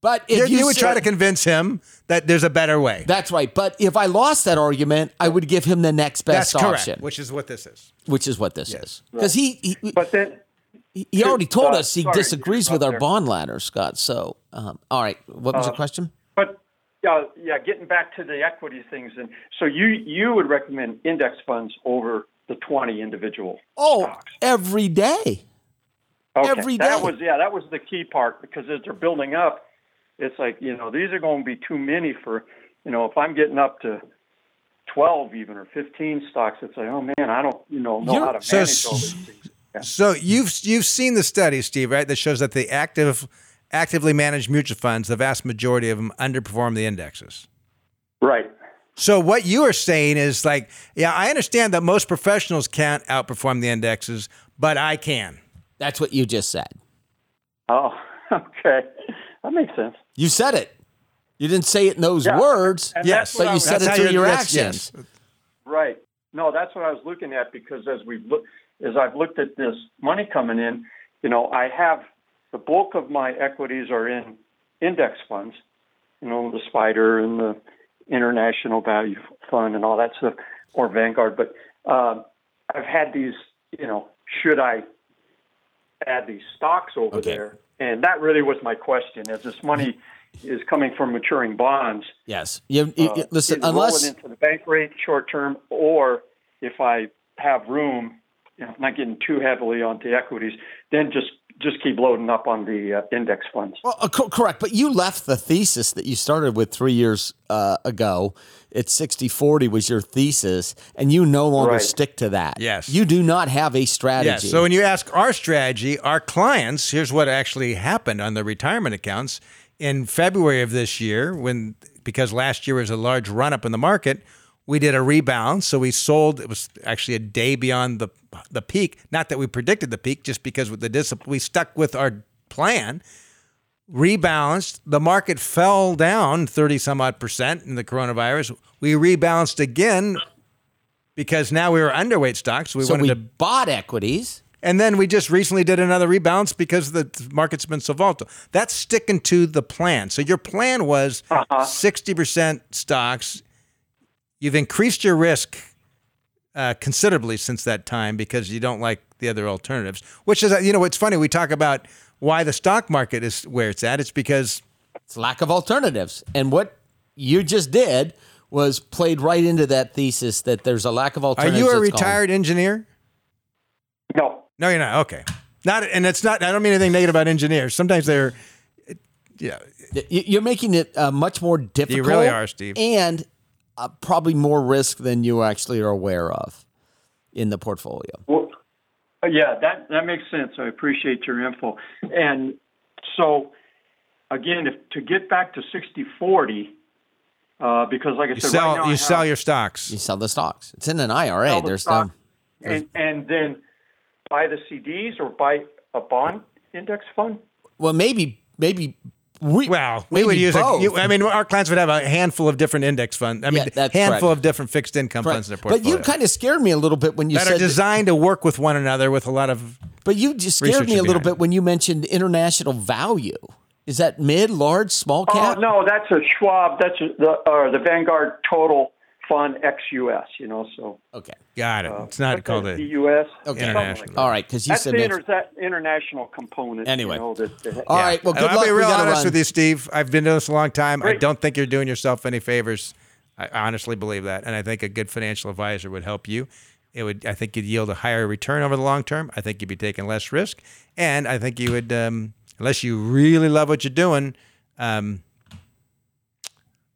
[SPEAKER 3] But if
[SPEAKER 2] You,
[SPEAKER 3] you,
[SPEAKER 2] you would
[SPEAKER 3] sit-
[SPEAKER 2] try to convince him that there's a better way.
[SPEAKER 3] that's right. But if I lost that argument, I would give him the next
[SPEAKER 2] That's
[SPEAKER 3] best
[SPEAKER 2] correct,
[SPEAKER 3] option,
[SPEAKER 2] which
[SPEAKER 3] which,
[SPEAKER 2] is what this is.
[SPEAKER 3] is what this is. Because he, he
[SPEAKER 8] But then,
[SPEAKER 3] he already told
[SPEAKER 8] Uh,
[SPEAKER 3] us he
[SPEAKER 8] sorry,
[SPEAKER 3] disagrees
[SPEAKER 8] you're
[SPEAKER 3] with
[SPEAKER 8] up
[SPEAKER 3] our
[SPEAKER 8] there.
[SPEAKER 3] bond ladder, Scott. So, um, all right, what was your question?
[SPEAKER 8] but uh, yeah, getting back to the equity things, and so you you would recommend index funds over the twenty individual
[SPEAKER 3] Oh,
[SPEAKER 8] stocks.
[SPEAKER 3] every day.
[SPEAKER 8] Okay.
[SPEAKER 3] every
[SPEAKER 8] That
[SPEAKER 3] day.
[SPEAKER 8] was yeah, that was the key part because as they're building up, it's like you know these are going to be too many for you know if I'm getting up to twelve even or fifteen stocks, it's like oh man, I don't you know know
[SPEAKER 3] You're-
[SPEAKER 8] how to
[SPEAKER 2] So
[SPEAKER 8] manage
[SPEAKER 2] s-
[SPEAKER 8] all these things. Yeah.
[SPEAKER 2] So you've you've seen the study, Steve, right? That shows that the active, actively managed mutual funds, the vast majority of them underperform the indexes.
[SPEAKER 8] Right.
[SPEAKER 2] So what you are saying is like, yeah, I understand that most professionals can't outperform the indexes, but I can.
[SPEAKER 3] That's what you just said.
[SPEAKER 8] Oh, okay, that makes sense.
[SPEAKER 3] You said it. You didn't say it in those
[SPEAKER 8] Yeah.
[SPEAKER 3] words.
[SPEAKER 8] And
[SPEAKER 2] Yes,
[SPEAKER 8] that's what
[SPEAKER 3] But
[SPEAKER 8] I
[SPEAKER 3] you
[SPEAKER 8] was-
[SPEAKER 3] said
[SPEAKER 2] That's
[SPEAKER 3] it
[SPEAKER 2] how
[SPEAKER 3] through
[SPEAKER 2] you-
[SPEAKER 3] your
[SPEAKER 2] that's-
[SPEAKER 3] actions.
[SPEAKER 8] Right. No, that's what I was looking at because as we've looked, as I've looked at this money coming in, you know, I have the bulk of my equities are in index funds, you know, the Spider and the International Value Fund and all that stuff, or Vanguard. But um, I've had these, you know, should I add these stocks over
[SPEAKER 3] Okay.
[SPEAKER 8] there? And that really was my question. As this money is coming from maturing bonds,
[SPEAKER 3] Yes. You, you- you- listen,
[SPEAKER 8] either roll
[SPEAKER 3] unless
[SPEAKER 8] it Uh, into the bank rate short term, or if I have room, you know, if I'm not getting too heavily onto equities, then just just keep loading up on the uh, index funds.
[SPEAKER 3] well, uh, co- correct, but you left the thesis that you started with three years uh, ago. It's 60 40 was your thesis, and you no longer
[SPEAKER 8] Right.
[SPEAKER 3] stick to that.
[SPEAKER 2] Yes.
[SPEAKER 3] You do not have a strategy.
[SPEAKER 2] Yes. So when you ask our strategy, our clients, here's what actually happened on the retirement accounts in February of this year when because last year was a large run up in the market. We did a rebalance, so we sold. It was actually a day beyond the the peak. Not that we predicted the peak, just because with the discipline, we stuck with our plan. Rebalanced, the market fell down thirty some odd percent in the coronavirus. We rebalanced again because now we were underweight stocks. We
[SPEAKER 3] so
[SPEAKER 2] wanted
[SPEAKER 3] we
[SPEAKER 2] to
[SPEAKER 3] bought equities.
[SPEAKER 2] and then we just recently did another rebalance because the market's been so volatile. That's sticking to the plan. So your plan was 60% stocks. You've increased your risk uh, considerably since that time because you don't like the other alternatives, which is, uh, you know, it's funny. We talk about why the stock market is where it's at. It's because
[SPEAKER 3] It's lack of alternatives. And what you just did was played right into that thesis that there's a lack of
[SPEAKER 2] are
[SPEAKER 3] alternatives.
[SPEAKER 2] you a
[SPEAKER 3] that's calling-
[SPEAKER 2] retired engineer?
[SPEAKER 8] No,
[SPEAKER 2] No, you're not. Okay. Not, and it's not, I don't mean anything negative about engineers. Sometimes they're, yeah,
[SPEAKER 3] Y- You're making it uh, much more difficult.
[SPEAKER 2] really are, Steve.
[SPEAKER 3] And uh, probably more risk than you actually are aware of in the portfolio.
[SPEAKER 8] Well, uh, yeah, that that makes sense. I appreciate your info. And so, again, if to get back to 60-40, uh, because like I
[SPEAKER 2] you
[SPEAKER 8] said,
[SPEAKER 2] sell,
[SPEAKER 8] right now I
[SPEAKER 2] you sell
[SPEAKER 8] have-
[SPEAKER 2] your stocks.
[SPEAKER 3] You sell the stocks. It's in an IRA.
[SPEAKER 8] sell the
[SPEAKER 3] There's
[SPEAKER 8] stock
[SPEAKER 3] no.
[SPEAKER 8] and, and then buy the CDs or buy a bond index fund.
[SPEAKER 3] Well, maybe maybe we
[SPEAKER 2] Well, we would
[SPEAKER 3] maybe
[SPEAKER 2] use. A,
[SPEAKER 3] both.
[SPEAKER 2] you, I mean, our clients would have a handful of different index funds. I mean,
[SPEAKER 3] Yeah, that's
[SPEAKER 2] handful
[SPEAKER 3] correct.
[SPEAKER 2] of different fixed income
[SPEAKER 3] Right.
[SPEAKER 2] funds in their
[SPEAKER 3] But
[SPEAKER 2] portfolio.
[SPEAKER 3] you kind of scared me a little bit when you
[SPEAKER 2] that
[SPEAKER 3] said.
[SPEAKER 2] are
[SPEAKER 3] that-
[SPEAKER 2] designed to work with one another with a lot of.
[SPEAKER 3] but you just scared
[SPEAKER 2] Research
[SPEAKER 3] me a little
[SPEAKER 2] behind it.
[SPEAKER 3] bit when you mentioned international value. Is that mid, large, small cap?
[SPEAKER 8] Oh no, that's a Schwab. That's a, the or the Vanguard Total Fund X US. You know, so
[SPEAKER 3] Okay.
[SPEAKER 2] Got
[SPEAKER 8] Oh.
[SPEAKER 2] it. It's not called
[SPEAKER 8] the
[SPEAKER 2] a.
[SPEAKER 8] US.
[SPEAKER 3] Okay.
[SPEAKER 8] something
[SPEAKER 2] International.
[SPEAKER 8] Like that.
[SPEAKER 3] All right, because you
[SPEAKER 8] That's
[SPEAKER 3] said
[SPEAKER 8] the
[SPEAKER 3] mid-
[SPEAKER 8] inter- that international component. you
[SPEAKER 3] Anyway.
[SPEAKER 8] know, that- that-
[SPEAKER 3] All right. Well,
[SPEAKER 2] And
[SPEAKER 3] good
[SPEAKER 2] I'll
[SPEAKER 3] luck.
[SPEAKER 2] be
[SPEAKER 3] we
[SPEAKER 2] real
[SPEAKER 3] gotta
[SPEAKER 2] honest
[SPEAKER 3] run.
[SPEAKER 2] with you, Steve. I've been doing this a long time. I
[SPEAKER 8] Great.
[SPEAKER 2] don't think you're doing yourself any favors. I honestly believe that, and I think a good financial advisor would help you. It would. I think you'd yield a higher return over the long term. I think you'd be taking less risk, and I think you would, um, unless you really love what you're doing. Um,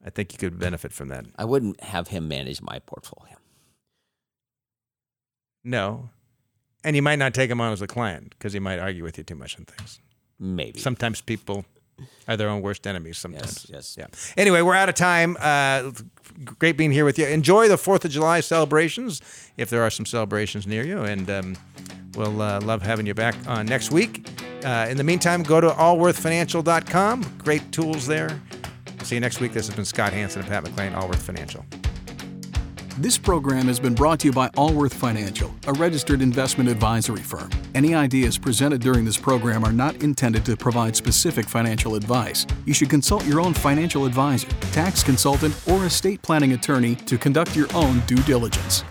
[SPEAKER 2] I think you could benefit from that.
[SPEAKER 3] I wouldn't have him manage my portfolio.
[SPEAKER 2] No. And you might not take him on as a client because he might argue with you too much on things.
[SPEAKER 3] Maybe.
[SPEAKER 2] Sometimes people are their own worst enemies sometimes.
[SPEAKER 3] yes.
[SPEAKER 2] Yeah. Anyway, we're out of time. Uh, great being here with you. Enjoy the 4th of July celebrations if there are some celebrations near you. And um, we'll uh, love having you back on next week. Uh, in the meantime, go to allworthfinancial.com. Great tools there. See you next week. This has been Scott Hansen and Pat McLean, Allworth Financial.
[SPEAKER 1] This program has been brought to you by Allworth Financial, a registered investment advisory firm. Any ideas presented during this program are not intended to provide specific financial advice. You should consult your own financial advisor, tax consultant, or estate planning attorney to conduct your own due diligence.